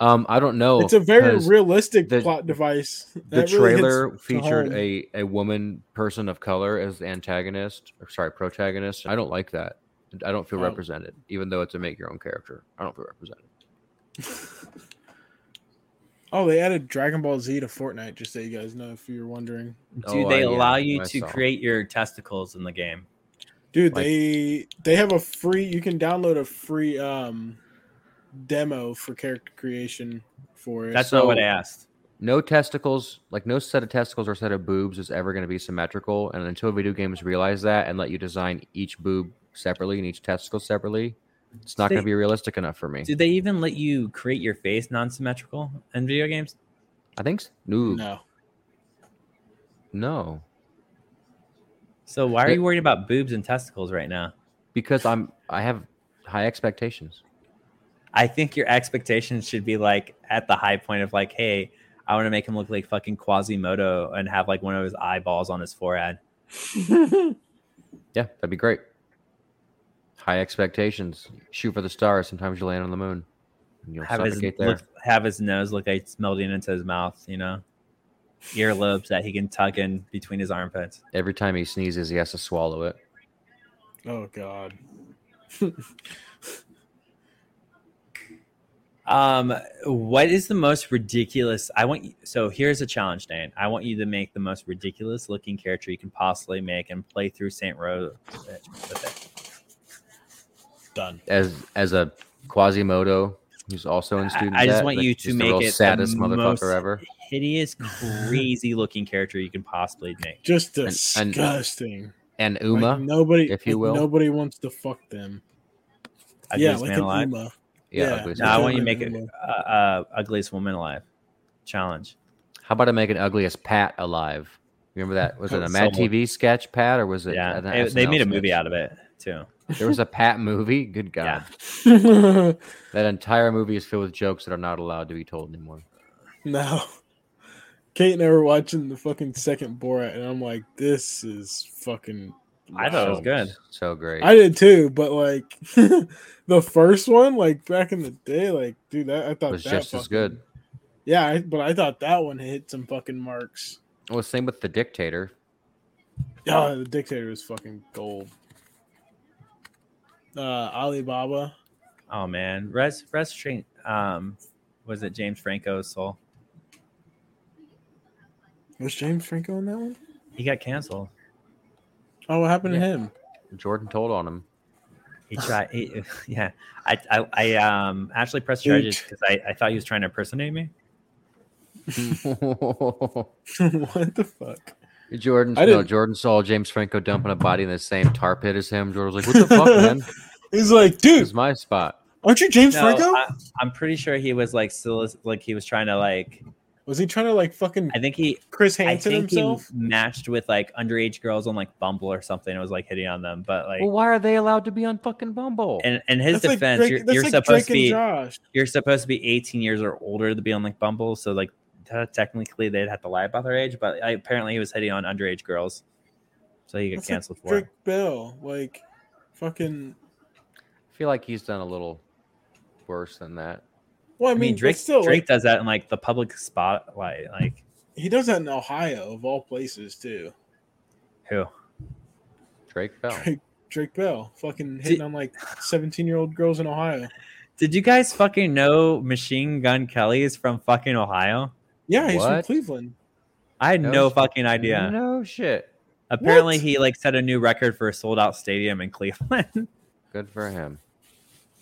S2: Um, I don't know.
S3: it's a very
S2: 'cause
S3: realistic
S2: the-
S3: plot device.
S2: the
S3: That really hits
S2: trailer
S3: to
S2: featured
S3: home.
S2: a a woman person of color as the antagonist or sorry protagonist. I don't like that. I don't feel
S3: Oh.
S2: represented, even though it's a make your own character. I don't feel represented.
S3: Oh, they added Dragon Ball Z to Fortnite. Just so you guys know, if you're wondering,
S1: Do
S2: Oh,
S1: they
S2: I- yeah,
S1: allow you
S2: I
S1: to
S2: saw.
S1: create your testicles in the game?
S3: dude,
S2: Like-
S3: they they have a free. You can download a free um demo for character creation for it.
S1: That's not what I
S2: So-
S1: asked.
S2: no testicles, like no set of testicles or set of boobs is ever going to be symmetrical. And until video games realize that and let you design each boob separately and each testicle separately, it's not going to
S1: They-
S2: be realistic enough for me.
S1: Do they even let you create your face non-symmetrical in video games?
S2: I think s- no, no.
S3: no.
S1: So why are
S2: They-
S1: you worried about boobs and testicles right now?
S2: because I'm I have high expectations.
S1: I think your expectations should be like at the high point of like, hey, I want to make him look like fucking Quasimodo and have like one of his eyeballs on his forehead.
S2: Yeah, that'd be great. High expectations. Shoot for the stars. Sometimes you land on the moon. And you'll
S1: Have his
S2: suffocate there.
S1: look, have his nose look like it's melting into his mouth, you know, earlobes that he can tuck in between his armpits.
S2: Every time he sneezes, he has to swallow it.
S3: Oh God.
S1: Um, what is the most ridiculous? I want you, so here's a challenge, Dan. I want you to make the most ridiculous looking character you can possibly make and play through Saint Rose uh, with it.
S3: Done.
S2: As as a Quasimodo, who's also in
S1: I-
S2: student.
S1: I just
S2: debt,
S1: want
S2: like,
S1: you
S2: just
S1: to
S2: the
S1: make
S2: real
S1: it the
S2: saddest
S1: most-
S2: motherfucker ever.
S3: [LAUGHS]
S1: Hideous, crazy looking character you can possibly make.
S3: Just
S2: and-
S3: disgusting.
S2: and
S3: Like,
S2: Uma.
S3: nobody,
S2: if you
S3: like,
S2: will.
S3: Nobody wants to fuck them. yeah,
S1: Ugliest
S3: like
S1: man
S3: an
S1: alive.
S3: Uma.
S2: yeah,
S3: yeah.
S2: ugliest
S1: No, I
S2: man.
S3: Ugliest
S1: want you to
S3: woman
S1: make it
S3: alive.
S1: uh, uh, ugliest woman alive challenge.
S2: How about I make an ugliest Pat alive? Remember that?
S1: [LAUGHS]
S2: Was it
S1: Oh,
S2: a Mad
S1: someone-
S2: TV sketch, Pat, or was it?
S1: yeah,
S2: an
S1: It- they
S2: SNL
S1: made a movie
S2: sketch?
S1: out of it too.
S2: There was a Pat movie. Good God,
S1: [LAUGHS] Yeah.
S3: [LAUGHS]
S2: that entire movie is filled with jokes that are not allowed to be told anymore.
S3: no. Kate and I were watching the fucking second Borat, and I'm like, this is fucking.
S1: I thought it was
S3: wild.
S1: good.
S2: So great.
S3: I did too, but like [LAUGHS] the first one, like back in the day, like dude, that
S1: Oh,
S3: I thought
S2: was
S3: that
S2: just as
S3: fucking-
S2: good.
S3: Yeah, I, but I thought that one hit some fucking marks.
S2: Well, same with the dictator.
S3: Oh, the dictator was fucking gold. Uh, Alibaba.
S1: Oh man, rest rest train. Um, was it James Franco's soul?
S3: Was James Franco in that one?
S1: He got canceled.
S3: Oh, what happened to
S2: Yeah.
S3: him? [LAUGHS]
S2: Jordan told on
S1: [LAUGHS]
S2: him.
S1: He tried. He, [LAUGHS] yeah, I, I I um actually pressed charges
S3: Dude.
S1: because I, I thought he was trying to impersonate me.
S3: what the fuck?
S2: Jordan,
S3: I
S2: no,
S3: didn't-
S2: Jordan saw James Franco dumping a body in the same tar pit as him. Jordan was like, "What the
S1: [LAUGHS]
S2: fuck, man?
S3: He's like,
S2: This
S3: dude,
S2: is my spot."
S3: aren't you James
S1: No,
S3: Franco?
S1: I, I'm pretty sure he was like solic- like he was trying to like
S3: Was he trying to like fucking
S1: I think he
S3: Chris
S1: I
S3: Hansen
S1: think
S3: himself?
S1: he matched with like underage girls on like Bumble or something. It was like hitting on them, but like
S2: well, why are they allowed to be on fucking Bumble?
S1: and and his
S3: That's like
S1: defense,
S3: Drake-
S1: you're,
S3: that's
S1: you're
S3: like
S1: supposed to
S3: Drake and
S1: be
S3: Josh.
S1: you're supposed to be 18 years or older to be on like Bumble, so like te- technically they'd have to lie about their age, but I, apparently he was hitting on underage girls, so he got
S3: That's like
S1: canceled for.
S3: Drake
S1: it.
S3: Bell, like fucking.
S2: I feel like he's done a little worse than that.
S3: Well, I
S1: I
S3: mean,
S1: mean,
S3: but
S1: Drake
S3: still,
S1: Drake
S3: like,
S1: does that in like the public spotlight, like
S3: he does that in Ohio of all places too.
S1: who?
S2: Drake Bell.
S3: Drake, Drake Bell, fucking
S1: Did-
S3: hitting on like seventeen-year-old girls in Ohio.
S1: Did you guys fucking know Machine Gun Kelly is from fucking Ohio?
S3: Yeah, he's from
S2: What?
S3: Cleveland.
S1: I had
S2: No
S1: no,
S2: shit.
S1: fucking idea.
S2: No shit.
S1: Apparently,
S3: What?
S1: he like set a new record for a sold out stadium in Cleveland. [LAUGHS]
S2: Good for him.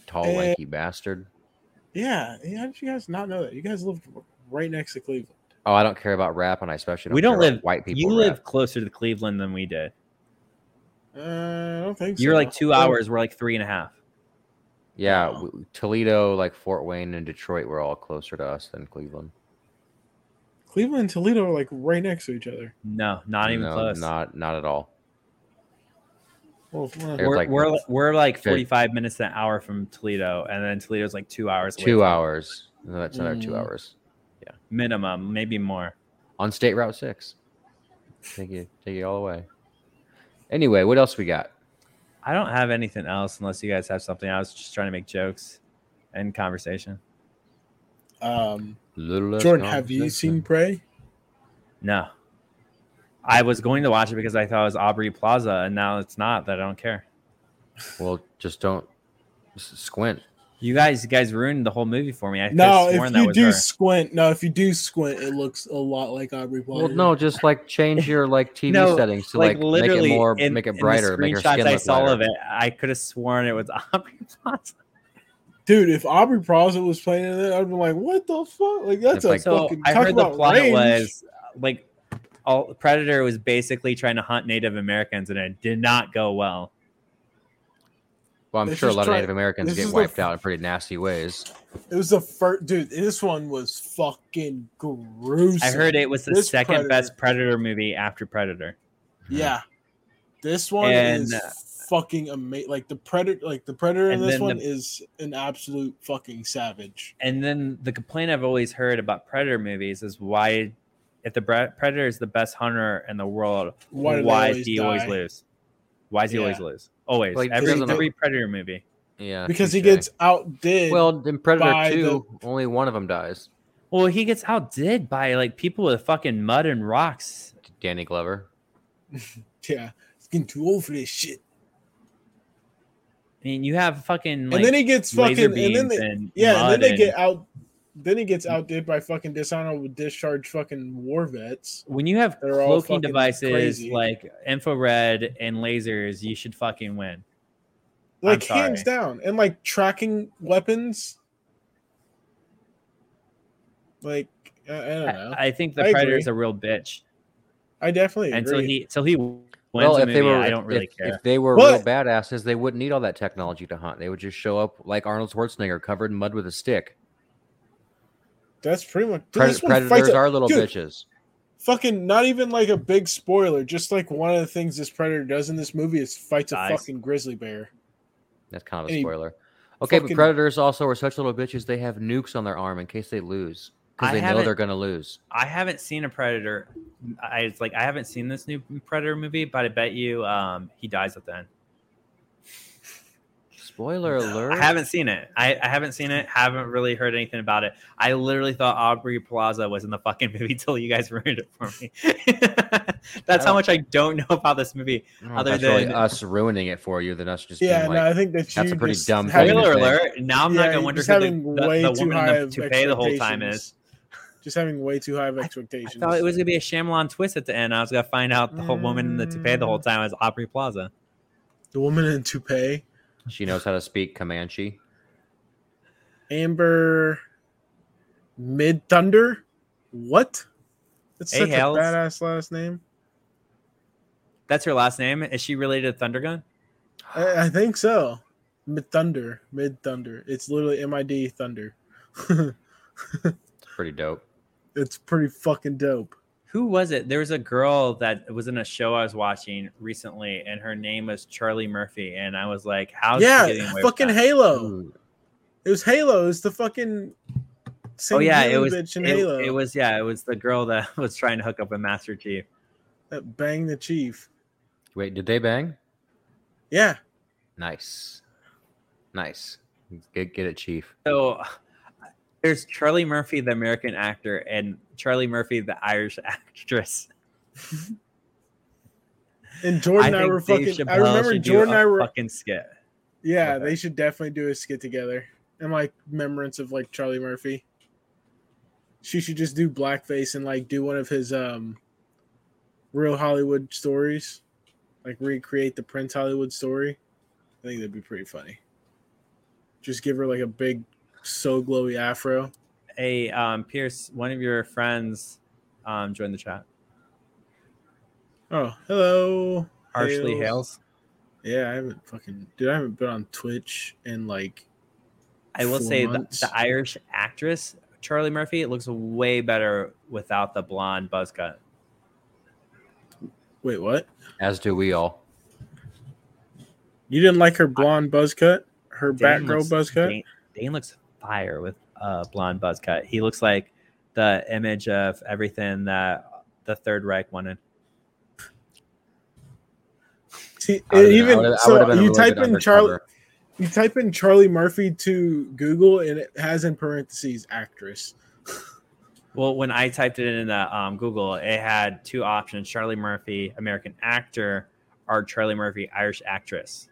S2: Tall,
S3: Eh.
S2: lanky bastard.
S3: Yeah, yeah. How did you guys not know that? You guys live right next to Cleveland.
S2: Oh, I don't care about rap, and I especially don't
S1: We don't
S2: care about
S1: live-
S2: white people.
S1: you
S2: rap.
S1: live closer to Cleveland than we did.
S3: Uh, I don't think so.
S1: You're like two
S3: Well,
S1: hours. We're like three and a half.
S2: Yeah,
S3: No.
S2: w Toledo, like Fort Wayne and Detroit were all closer to us than Cleveland.
S3: Cleveland and Toledo are like right next to each other.
S1: No, not even
S2: No,
S1: close.
S2: Not not at all.
S3: Well, well,
S2: They're
S1: We're,
S2: like-
S1: we're we're like
S2: They're-
S1: 45 minutes to an hour from Toledo, and then Toledo's like two hours. away
S2: Two
S1: from-
S2: hours. No, that's another two
S3: Mm.
S2: hours.
S1: minimum, maybe more.
S2: On State Route Six. Take you take you all the way. Anyway, what else we got?
S1: I don't have anything else unless you guys have something. I was just trying to make jokes and conversation.
S3: um,
S2: Little less
S3: Jordan, have you
S2: conversation.
S3: seen Prey?
S1: No, I was going to watch it because I thought it was Aubrey Plaza, and now it's not. That I don't care.
S2: Well, just don't s- squint.
S1: You guys, you guys ruined the whole movie for me. I could've
S3: No,
S1: sworn
S3: if
S1: that
S3: you
S1: was
S3: do
S1: her.
S3: squint, no, if you do squint, it looks a lot like Aubrey Plaza.
S2: Well, no, just like change your like
S3: [LAUGHS]
S2: TV
S1: No,
S2: settings to like,
S1: like, literally,
S2: make it more,
S1: in-
S2: make it
S1: in
S2: brighter,
S1: the
S2: make your
S1: screenshots
S2: skin
S1: I
S2: look
S1: saw
S2: lighter.
S1: of it, I could have sworn it was [LAUGHS] Aubrey Plaza.
S3: dude, if Aubrey Plaza was playing in it, I'd be like, what the fuck? Like that's
S2: It's
S3: a
S2: like-
S1: So
S3: fucking.
S1: I
S3: talk
S1: heard the
S3: about
S1: plot
S3: range.
S1: was like all Predator was basically trying to hunt Native Americans, and it did not go well.
S2: Well, I'm
S3: This
S2: sure a
S3: is
S2: lot
S3: try-
S2: of Native Americans
S3: this is
S2: get
S3: the
S2: wiped
S3: f-
S2: out in pretty nasty ways.
S3: It was the first dude. This one was fucking gruesome.
S1: I heard it was the
S3: This
S1: second
S3: Predator-
S1: best Predator movie after Predator.
S3: Yeah, this one
S1: And,
S3: is
S1: uh,
S3: fucking amazing. Like the predator, like the predator in
S1: and
S3: this
S1: then
S3: one
S1: the-
S3: is an absolute fucking savage.
S1: And then the complaint I've always heard about Predator movies is why, if the bre- Predator is the best hunter in the world,
S3: Why
S1: why,
S3: do they always
S1: does he always
S3: die?
S1: lose? Why does he always
S3: Yeah.
S1: lose? Always.
S2: Like,
S1: every,
S2: doesn't-
S1: every Predator movie.
S2: Yeah,
S3: because he
S2: touche.
S3: gets outdid.
S2: well in Predator
S3: by
S2: Two. Only one of them dies.
S1: Well, he gets outdid by like people with fucking mud and rocks.
S2: Danny Glover.
S3: yeah, he's getting too old for this shit.
S1: I mean, you have fucking like
S3: and then he gets
S1: laser
S3: fucking.
S1: beams
S3: And then
S1: and,
S3: they, yeah, and
S1: mud
S3: then they get out. Then he gets outdid by fucking dishonorable discharge fucking war vets.
S1: when you have
S3: They're all
S1: cloaking
S3: fucking
S1: devices
S3: crazy.
S1: like infrared and lasers, you should fucking win. I'm
S3: Like hands
S1: sorry.
S3: down, and like tracking weapons. Like I, I don't know. I,
S1: I, I think the
S3: I
S1: predator
S3: agree.
S1: is a real bitch
S3: definitely
S1: until
S3: agree.
S1: he until he wins
S2: Well,
S1: a
S2: if
S1: movie.
S2: they were,
S1: I
S2: if-
S1: don't really
S2: if,
S1: care.
S2: If they were real
S3: But-
S2: badasses, they wouldn't need all that technology to hunt. They would just show up like Arnold Schwarzenegger, covered in mud with a stick.
S3: That's pretty much. dude,
S2: Pred-
S3: this one fights
S2: predators
S3: a-
S2: are little
S3: dude,
S2: bitches.
S3: Fucking not even like a big spoiler. Just like one of the things this predator does in this movie is fights a
S1: Dies.
S3: fucking grizzly bear.
S2: That's kind of a
S3: Hey,
S2: spoiler. Okay, but
S3: fucking-
S2: predators also are such little bitches. They have nukes on their arm in case they lose because
S1: I
S2: they know
S1: haven't-
S2: they're going to lose.
S1: I haven't seen a predator. I it's like I haven't seen this new predator movie, but I bet you um, he dies at the end.
S2: Spoiler alert!
S1: I haven't seen it. I, I haven't seen it. Haven't really heard anything about it. I literally thought Aubrey Plaza was in the fucking movie [LAUGHS] till you guys ruined it for me. [LAUGHS] That's how
S2: don't-
S1: much I don't know about this movie.
S2: I don't know if
S1: other
S2: Oh, that's really
S1: than-
S2: us ruining it for you than us just
S3: Yeah,
S2: being like,
S3: no, I think that
S2: that's
S3: you
S2: a pretty
S3: just
S2: dumb thing
S3: having-
S2: to
S1: Spoiler
S2: think.
S1: alert! Now I'm
S3: Yeah,
S1: not
S3: you're
S1: gonna wonder
S3: just
S1: who the,
S3: having
S1: the-
S3: way
S1: the
S3: too
S1: woman
S3: high
S1: in
S3: of
S1: the toupee the whole time is.
S3: expectations. just having way too high of
S1: I
S3: expectations.
S1: thought it was gonna be a Shyamalan twist at the end. I was gonna find out the whole woman in the toupee the whole
S3: Mm.
S1: time was Aubrey Plaza.
S3: the woman in toupee,
S2: She knows how to speak Comanche.
S3: Amber Mid Thunder. What? That's
S1: Hey,
S3: such
S1: Hales.
S3: a badass last name.
S1: That's her last name. Is she related to Thundergun?
S3: I, I think so. Mid Thunder, Mid Thunder. It's literally M I D Thunder.
S2: It's pretty dope.
S3: [LAUGHS] It's pretty fucking dope.
S1: Who was it? There was a girl that was in a show I was watching recently, and her name was Charlie Murphy. And I was like, "How's she getting
S3: yeah,
S1: away
S3: fucking
S1: with that?
S3: Halo. It was Halo. It's the fucking.
S1: Oh
S3: same
S1: yeah, it
S3: Halo
S1: was. It,
S3: bitch in Halo.
S1: it was yeah, it was the girl that [LAUGHS] was trying to hook up with Master Chief.
S3: that bang the chief.
S2: Wait, did they bang?
S3: Yeah,
S2: Nice, nice. Get get it, Chief.
S1: So there's Charlie Murphy, the American actor, and Charlie Murphy, the Irish [LAUGHS] actress.
S3: and Jordan and I
S1: think
S3: were
S1: Dave
S3: fucking. I
S1: Chappelle
S3: remember
S1: should do
S3: Jordan and I
S1: a
S3: were.
S1: fucking skit.
S3: yeah,
S1: okay.
S3: they should definitely do a skit together. And like remembrance of like Charlie Murphy. She should just do blackface and like do one of his um, real Hollywood stories, like recreate the Prince Hollywood story. I think that'd be pretty funny. Just give her like a big, so glowy afro.
S1: Hey, um, Pierce, one of your friends um, joined the chat.
S3: Oh, hello.
S1: Harshly
S3: Hales.
S1: hails.
S3: Yeah, I haven't fucking dude. I haven't been on Twitch in like
S1: I will
S3: Four
S1: say the,
S3: months.
S1: the Irish actress Charlie Murphy looks way better without the blonde buzz cut.
S3: wait what?
S2: As do we all.
S3: You didn't like her blonde buzz cut, her
S1: Dane
S3: Batgirl
S1: looks-
S3: buzz cut.
S1: Dane, Dane looks fire with a blonde buzz cut. He looks like the image of everything that the Third Reich wanted.
S3: See,
S2: I would've been- I
S3: even
S2: would've- I would've
S3: so,
S2: been a
S3: you
S2: really
S3: type
S2: good
S3: in Charlie,
S2: undercover.
S3: you type in Charlie Murphy to Google, and it has in parentheses actress.
S1: Well, when I typed it in the um, Google, it had two options: Charlie Murphy, American actor, or Charlie Murphy, Irish actress.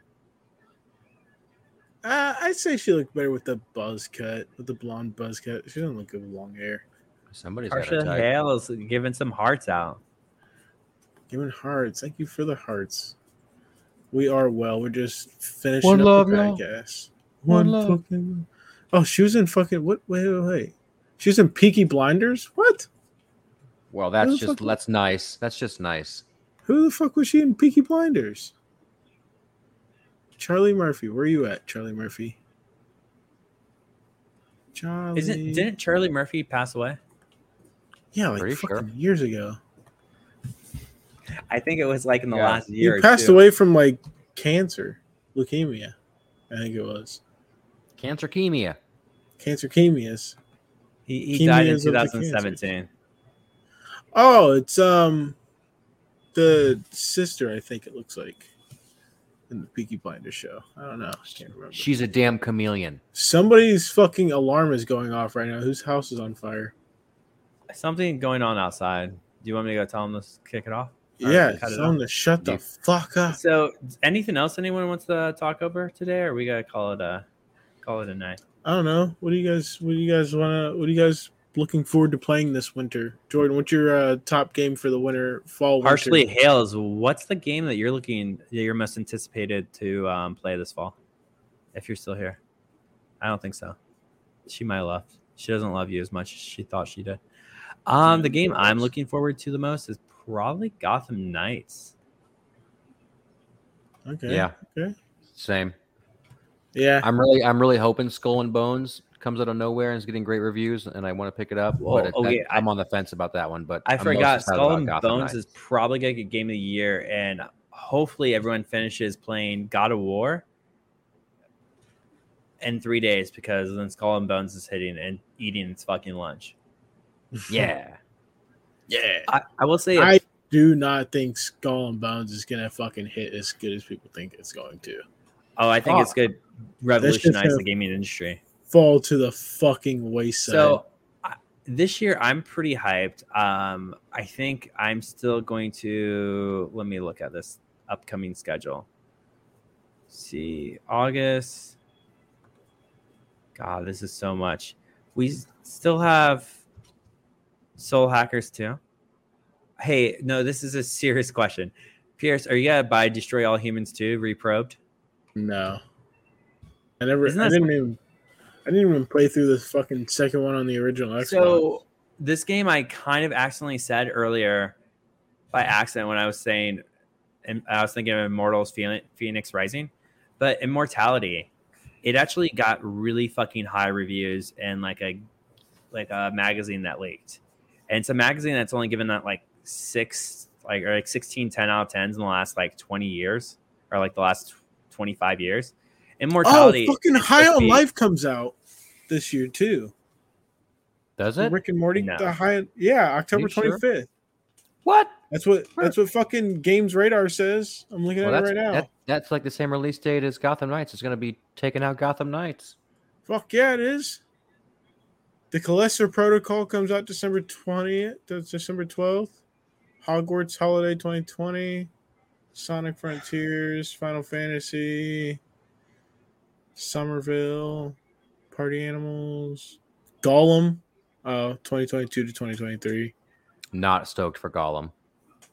S3: Uh, I'd say she looked better with the buzz cut, with the blonde buzz cut. She doesn't look good with long hair.
S2: Somebody's got a
S1: Tarsha
S2: type.
S1: Hale is giving some hearts out.
S3: Giving hearts. Thank you for the hearts. We are well. We're just finishing
S2: One
S3: up
S2: love,
S3: the
S2: y'all.
S3: podcast.
S2: One
S3: One,
S2: love.
S3: fucking. Oh, she was in fucking what? Wait, wait, wait. She was in Peaky Blinders. What?
S2: Well,
S3: Who
S2: that's
S3: the
S2: just
S3: fuck-
S2: that's nice. That's just nice.
S3: Who the fuck was she in Peaky Blinders? Charlie Murphy. Where you at, Charlie Murphy? Charlie.
S1: Isn't didn't Charlie Murphy pass away?
S3: yeah, like
S2: Pretty sure.
S3: fucking years ago.
S1: I think it was like in the
S2: Yeah.
S1: last
S3: He
S1: year. or
S3: passed
S1: two.
S3: away from like cancer, leukemia. I think it was
S2: Cancer chemia.
S3: cancer chemias.
S1: He, he died in
S3: Chemios of the
S1: 2017.
S3: Oh, it's um the sister, I think it looks like in the Peaky Blinders show. I don't know. I can't remember.
S2: She's a damn chameleon.
S3: Somebody's fucking alarm is going off right now. Whose house is on fire?
S1: Something going on outside. Do you want me to go tell him to s- kick it off? All
S3: yeah,
S1: right, cut it
S3: tell them to shut the fuck up.
S1: So, anything else anyone wants to talk over today, or we gotta call it a call it a night?
S3: I don't know. What do you guys what do you guys wanna what do you guys looking forward to playing this winter? Jordan, what's your uh, top game for the winter fall winter?
S1: Harshly Hales, what's the game that you're looking that you're most anticipated to um, play this fall? If you're still here, I don't think so. She might have left. She doesn't love you as much as she thought she did. Um, the game I'm looking forward to the most is probably Gotham Knights.
S3: Okay.
S2: Yeah.
S3: okay.
S2: Same.
S1: [LAUGHS]
S3: Yeah.
S2: I'm really I'm really hoping Skull and Bones comes out of nowhere and is getting great reviews, and I want to pick it up.
S1: Whoa,
S2: but it-
S1: oh,
S2: that-
S1: yeah, I-
S2: I'm on the fence about that one. But
S1: I
S2: I'm most
S1: forgot
S2: excited
S1: Skull
S2: about
S1: and
S2: Gotham
S1: Bones
S2: Knights.
S1: is probably gonna get game of the year, and hopefully everyone finishes playing God of War in three days because then Skull and Bones is hitting and eating its fucking lunch.
S2: yeah.
S3: Yeah.
S1: [LAUGHS] I, I will say
S3: I do not think Skull and Bones is gonna fucking hit as good as people think it's going to.
S1: Oh, I think it's good. Revolutionize
S3: a-
S1: the gaming industry.
S3: Fall to the fucking wayside.
S1: So I, this year, I'm pretty hyped. Um, I think I'm still going to let me look at this upcoming schedule. See, August. God, this is so much. We s- still have Soul Hackers too. Hey, no, this is a serious [LAUGHS] question. Pierce, are you gonna buy Destroy All Humans too? Reprobed?
S3: No. I never
S1: Isn't
S3: I
S1: that-
S3: didn't even I didn't even play through the fucking second one on the original Xbox.
S1: So this game I kind of accidentally said earlier by accident when I was saying and I was thinking of Immortals Phoen- Phoenix Rising, but Immortality it actually got really fucking high reviews in like a like a magazine that leaked. And it's a magazine that's only given that like six, like, or like 16, 10 out of 10s in the last like 20 years or like the last 25 years. Immortality.
S3: oh, fucking
S1: is
S3: High
S1: supposed to
S3: on
S1: be-
S3: Life comes out this year too.
S2: Does it?
S3: Rick and Morty,
S1: No.
S3: the high, yeah, October
S2: You
S3: twenty
S2: sure?
S3: fifth.
S2: What?
S3: That's what that's what fucking Games Radar says. I'm looking
S2: Well,
S3: at it
S2: that's,
S3: right now.
S2: that, that's like the same release date as Gotham Knights. It's going to be taking out Gotham Knights.
S3: Fuck yeah, it is. The Callisto Protocol comes out December twentieth. That's December twelfth. Hogwarts Holiday 2020. Sonic Frontiers, Final Fantasy, Somerville, Party Animals, Gollum, uh, 2022 to 2023.
S2: Not stoked for Gollum.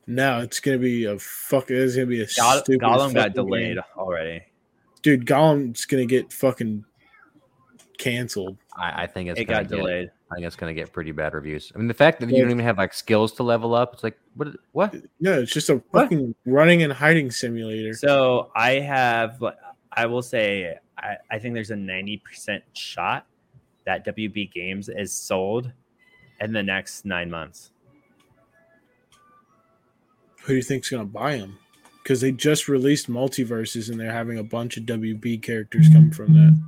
S3: No, it's gonna be a fuck. It's gonna be a
S1: Goll-
S3: stupid
S1: Gollum
S3: fucking
S1: got delayed
S3: game.
S1: already.
S3: dude. Gollum's gonna get fucking canceled.
S2: I, I think it's
S1: It
S2: gonna
S1: got
S2: get-
S1: delayed.
S2: I think it's going to get pretty bad reviews. I mean, the fact that you
S3: Yeah.
S2: don't even have like skills to level up, it's like what? What?
S1: Uh,
S3: No, it's just a fucking running and hiding simulator.
S1: So I have, I will say, I, I think there's a 90% shot that WB Games is sold in the next nine months.
S3: Who do you think's gonna buy them? Because they just released multiverses and they're having a bunch of WB characters come from that.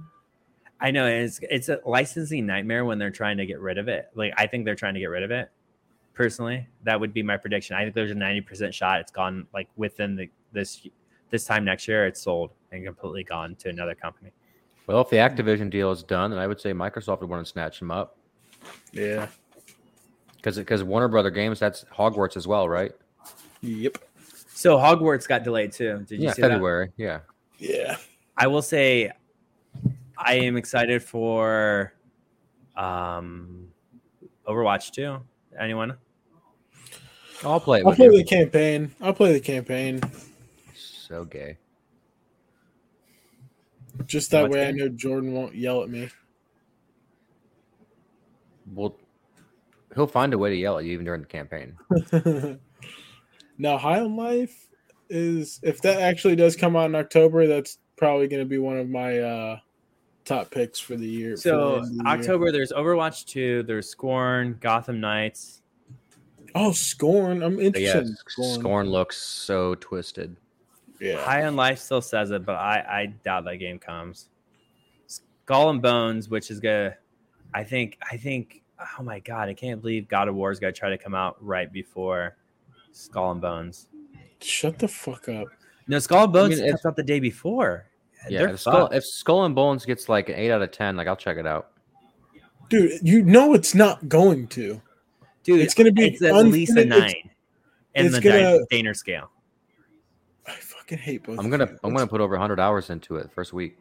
S1: I know and it's it's a licensing nightmare when they're trying to get rid of it. Like I think they're trying to get rid of it. Personally, that would be my prediction. I think there's a 90% shot it's gone like within the this this time next year it's sold and completely gone to another company.
S2: Well, if the Activision deal is done, then I would say Microsoft would want to snatch them up
S3: Yeah.
S2: because because Warner Brother Games that's Hogwarts as well, right?
S3: Yep.
S1: So Hogwarts got delayed too. Did you
S2: yeah,
S1: see that?
S2: February. Yeah,
S3: Yeah.
S1: I will say I am excited for um Overwatch 2. Anyone?
S2: I'll play it
S3: I'll
S2: with
S3: play
S2: you.
S3: the campaign. I'll play the campaign.
S2: So gay.
S3: Just that
S1: What's
S3: way I
S1: that?
S3: know Jordan won't yell at me. [LAUGHS]
S2: Well, he'll find a way to yell at you even during the campaign.
S3: now, High on Life is if that actually does come out in October, that's probably going to be one of my uh, top picks for the year. for the
S1: So
S3: end of the year.
S1: October there's Overwatch 2, there's Scorn, Gotham Knights,
S3: Oh, Scorn! I'm
S2: But
S3: interested.
S2: yeah,
S3: in Scorn.
S2: Scorn. looks so twisted.
S3: Yeah.
S1: High on Life still says it, but I, I doubt that game comes. Skull and Bones, which is gonna, I think, I think, oh my god, I can't believe God of War is gonna try to come out right before Skull and Bones.
S3: Shut the fuck up.
S1: No, Skull and Bones
S2: I mean, it's-
S1: comes out the day before.
S2: Yeah,
S1: They're
S2: if Skull,
S1: fucked.
S2: if Skull and Bones gets like an eight out of ten, like I'll check it out.
S3: Dude, you know it's not going to.
S1: dude,
S3: it's gonna be
S1: it's at least a
S3: unfinished- it's-
S1: nine in
S3: it's
S1: the
S3: gonna-
S1: Di- Daner scale.
S3: I fucking hate both.
S2: I'm
S3: of
S2: gonna
S3: you.
S2: I'm gonna put over hundred hours into it first week.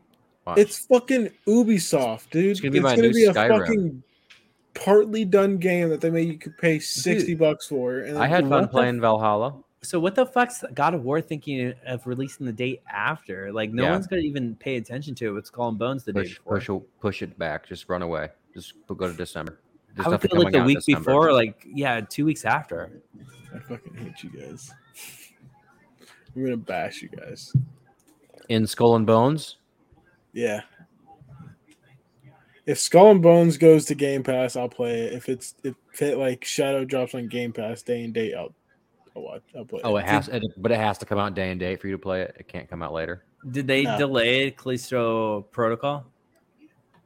S2: Watch.
S3: It's fucking Ubisoft, dude.
S2: It's
S3: It's
S2: gonna
S3: gonna be,
S2: be my new
S3: a
S2: Skyrim.
S3: fucking partly done game that they made you could pay sixty bucks for. And
S2: I had
S3: what
S2: fun
S3: the
S2: playing Valhalla.
S1: So what the fuck's God of War thinking of releasing the day after? Like no
S2: Yeah.
S1: one's gonna even pay attention to it with Skull and Bones the day
S2: Push
S1: before.
S2: push push it back. Just run away. Just p- go to December. There's
S1: I would
S2: nothing
S1: feel like the
S2: coming out in
S1: week
S2: December.
S1: before, like yeah, two weeks after.
S3: I fucking hate you guys. I'm gonna bash you guys.
S2: in Skull and Bones.
S3: Yeah. If Skull and Bones goes to Game Pass, I'll play it. If it's if it like Shadow drops on Game Pass day and day, I'll I'll watch. I'll play.
S2: Oh, it has, it, but it has to come out day and date for you to play it. It can't come out later.
S1: Did they
S3: No.
S1: delay Callisto Protocol?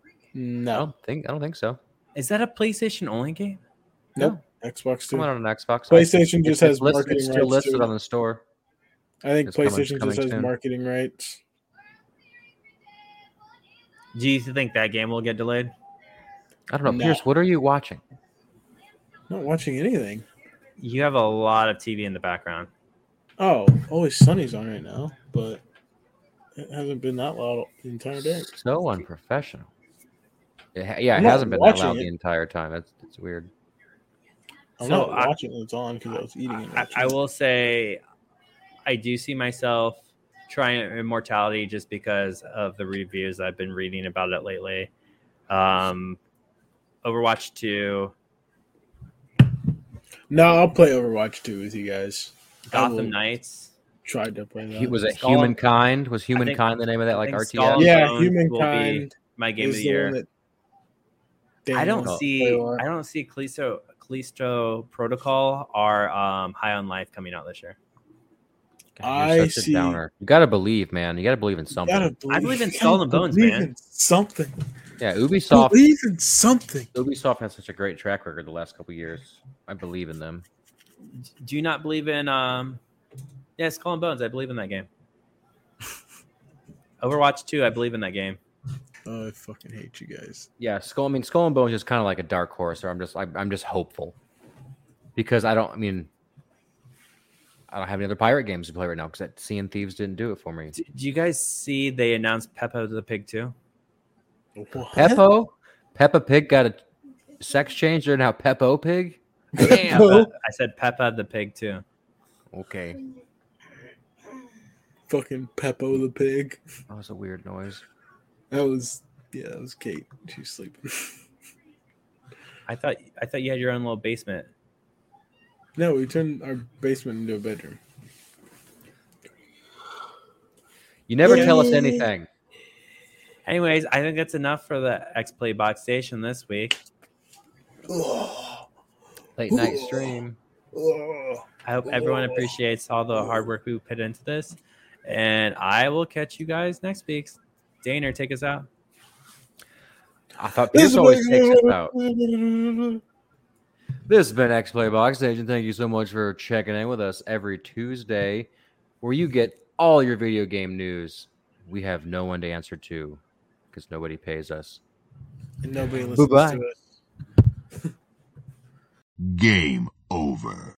S2: I
S3: No,
S2: don't think I don't think so.
S1: Is that a PlayStation only game?
S3: nope. Xbox
S2: Come
S3: Two,
S2: out on an Xbox.
S3: PlayStation
S2: It's-
S3: just has
S2: it's listed-
S3: marketing
S2: it's still
S3: rights.
S2: listed
S3: to it.
S2: on the store.
S3: I think
S2: It's coming- it's
S3: PlayStation
S2: coming
S3: just has
S2: soon.
S3: marketing rights.
S1: Do you think that game will get delayed?
S2: I don't know,
S3: No.
S2: Pierce. What are you watching?
S3: Not watching anything.
S1: You have a lot of TV in the background.
S3: Oh, always Sunny's on right now, but it hasn't been that loud the entire day.
S2: So unprofessional. It ha- yeah,
S3: I'm
S2: it
S3: not
S2: hasn't been that
S3: watching
S2: loud
S3: it.
S2: the entire time. That's it's weird.
S1: So
S3: I'm not
S1: I-
S3: watching it. It's on because I was eating it.
S1: I, I will say, I do see myself trying Immortality just because of the reviews I've been reading about it lately. Um, Overwatch Two,
S3: No, I'll play Overwatch 2 with you guys. I will
S1: Gotham Knights.
S3: Try to play that.
S2: He was it
S1: Skull-
S2: humankind? Was
S1: think-
S2: humankind the name of that like
S1: think
S2: RTS?
S1: Skull and
S3: yeah,
S1: Bones will be
S3: Humankind
S1: My game of
S3: is
S1: the
S3: the
S1: year.
S3: one that
S1: I
S3: Daniel
S1: don't
S3: wants to
S1: see
S3: play a lot.
S1: I don't see Kalisto Callisto Protocol are um, High on Life coming out this year.
S2: God, you're
S3: I
S2: such a
S3: see.
S2: downer. You gotta believe, man. You gotta believe in something.
S3: Gotta
S1: I believe in
S3: gotta
S1: skull and bones,
S3: believe
S1: man.
S3: in something.
S2: Yeah, Ubisoft.
S3: Believe in something.
S2: Ubisoft has such a great track record the last couple years. I believe in them.
S1: Do you not believe in? Um, yeah, Skull and Bones. I believe in that
S3: [LAUGHS]
S1: game. Overwatch 2, I believe in that game.
S3: Oh, I fucking hate you guys.
S2: Yeah, Skull. I mean, Skull and Bones is kind of like a dark horse, or I'm just I, I'm just hopeful because I don't. I mean, I don't have any other pirate games to play right now because that Sea and Thieves didn't do it
S1: [LAUGHS]
S2: for me.
S1: Do, do you guys see they announced Peppa the Pig 2?
S3: What? [LAUGHS]
S2: Peppo, Peppa Pig got a sex change. They're now Peppo Pig.
S3: Peppo?
S1: Peppa- I said Peppa the Pig 2.
S2: Okay,
S3: Fucking Peppo the pig.
S2: Oh, that was a weird noise.
S3: That was yeah, that was Kate. She's sleeping. [LAUGHS]
S1: I thought I thought you had your own little basement.
S3: no, we turned our basement into a bedroom.
S2: You never tell us
S3: Yeah.
S2: anything.
S1: Anyways, I think that's enough for the X Play Box Station this week.
S3: Oh,
S2: Late night
S3: Ooh.
S2: stream.
S3: oh.
S1: I hope everyone
S3: Oh.
S1: appreciates all the hard work we put into this. And I will catch you guys next week. Daner, take us out.
S2: I thought Pierce always takes us out. This has been X Play Box Agent. Thank you so much for checking in with us every Tuesday, where you get all your video game news. We have no one to answer to because nobody pays us.
S3: And nobody listens
S2: Bye-bye.
S3: to us.
S4: Game over.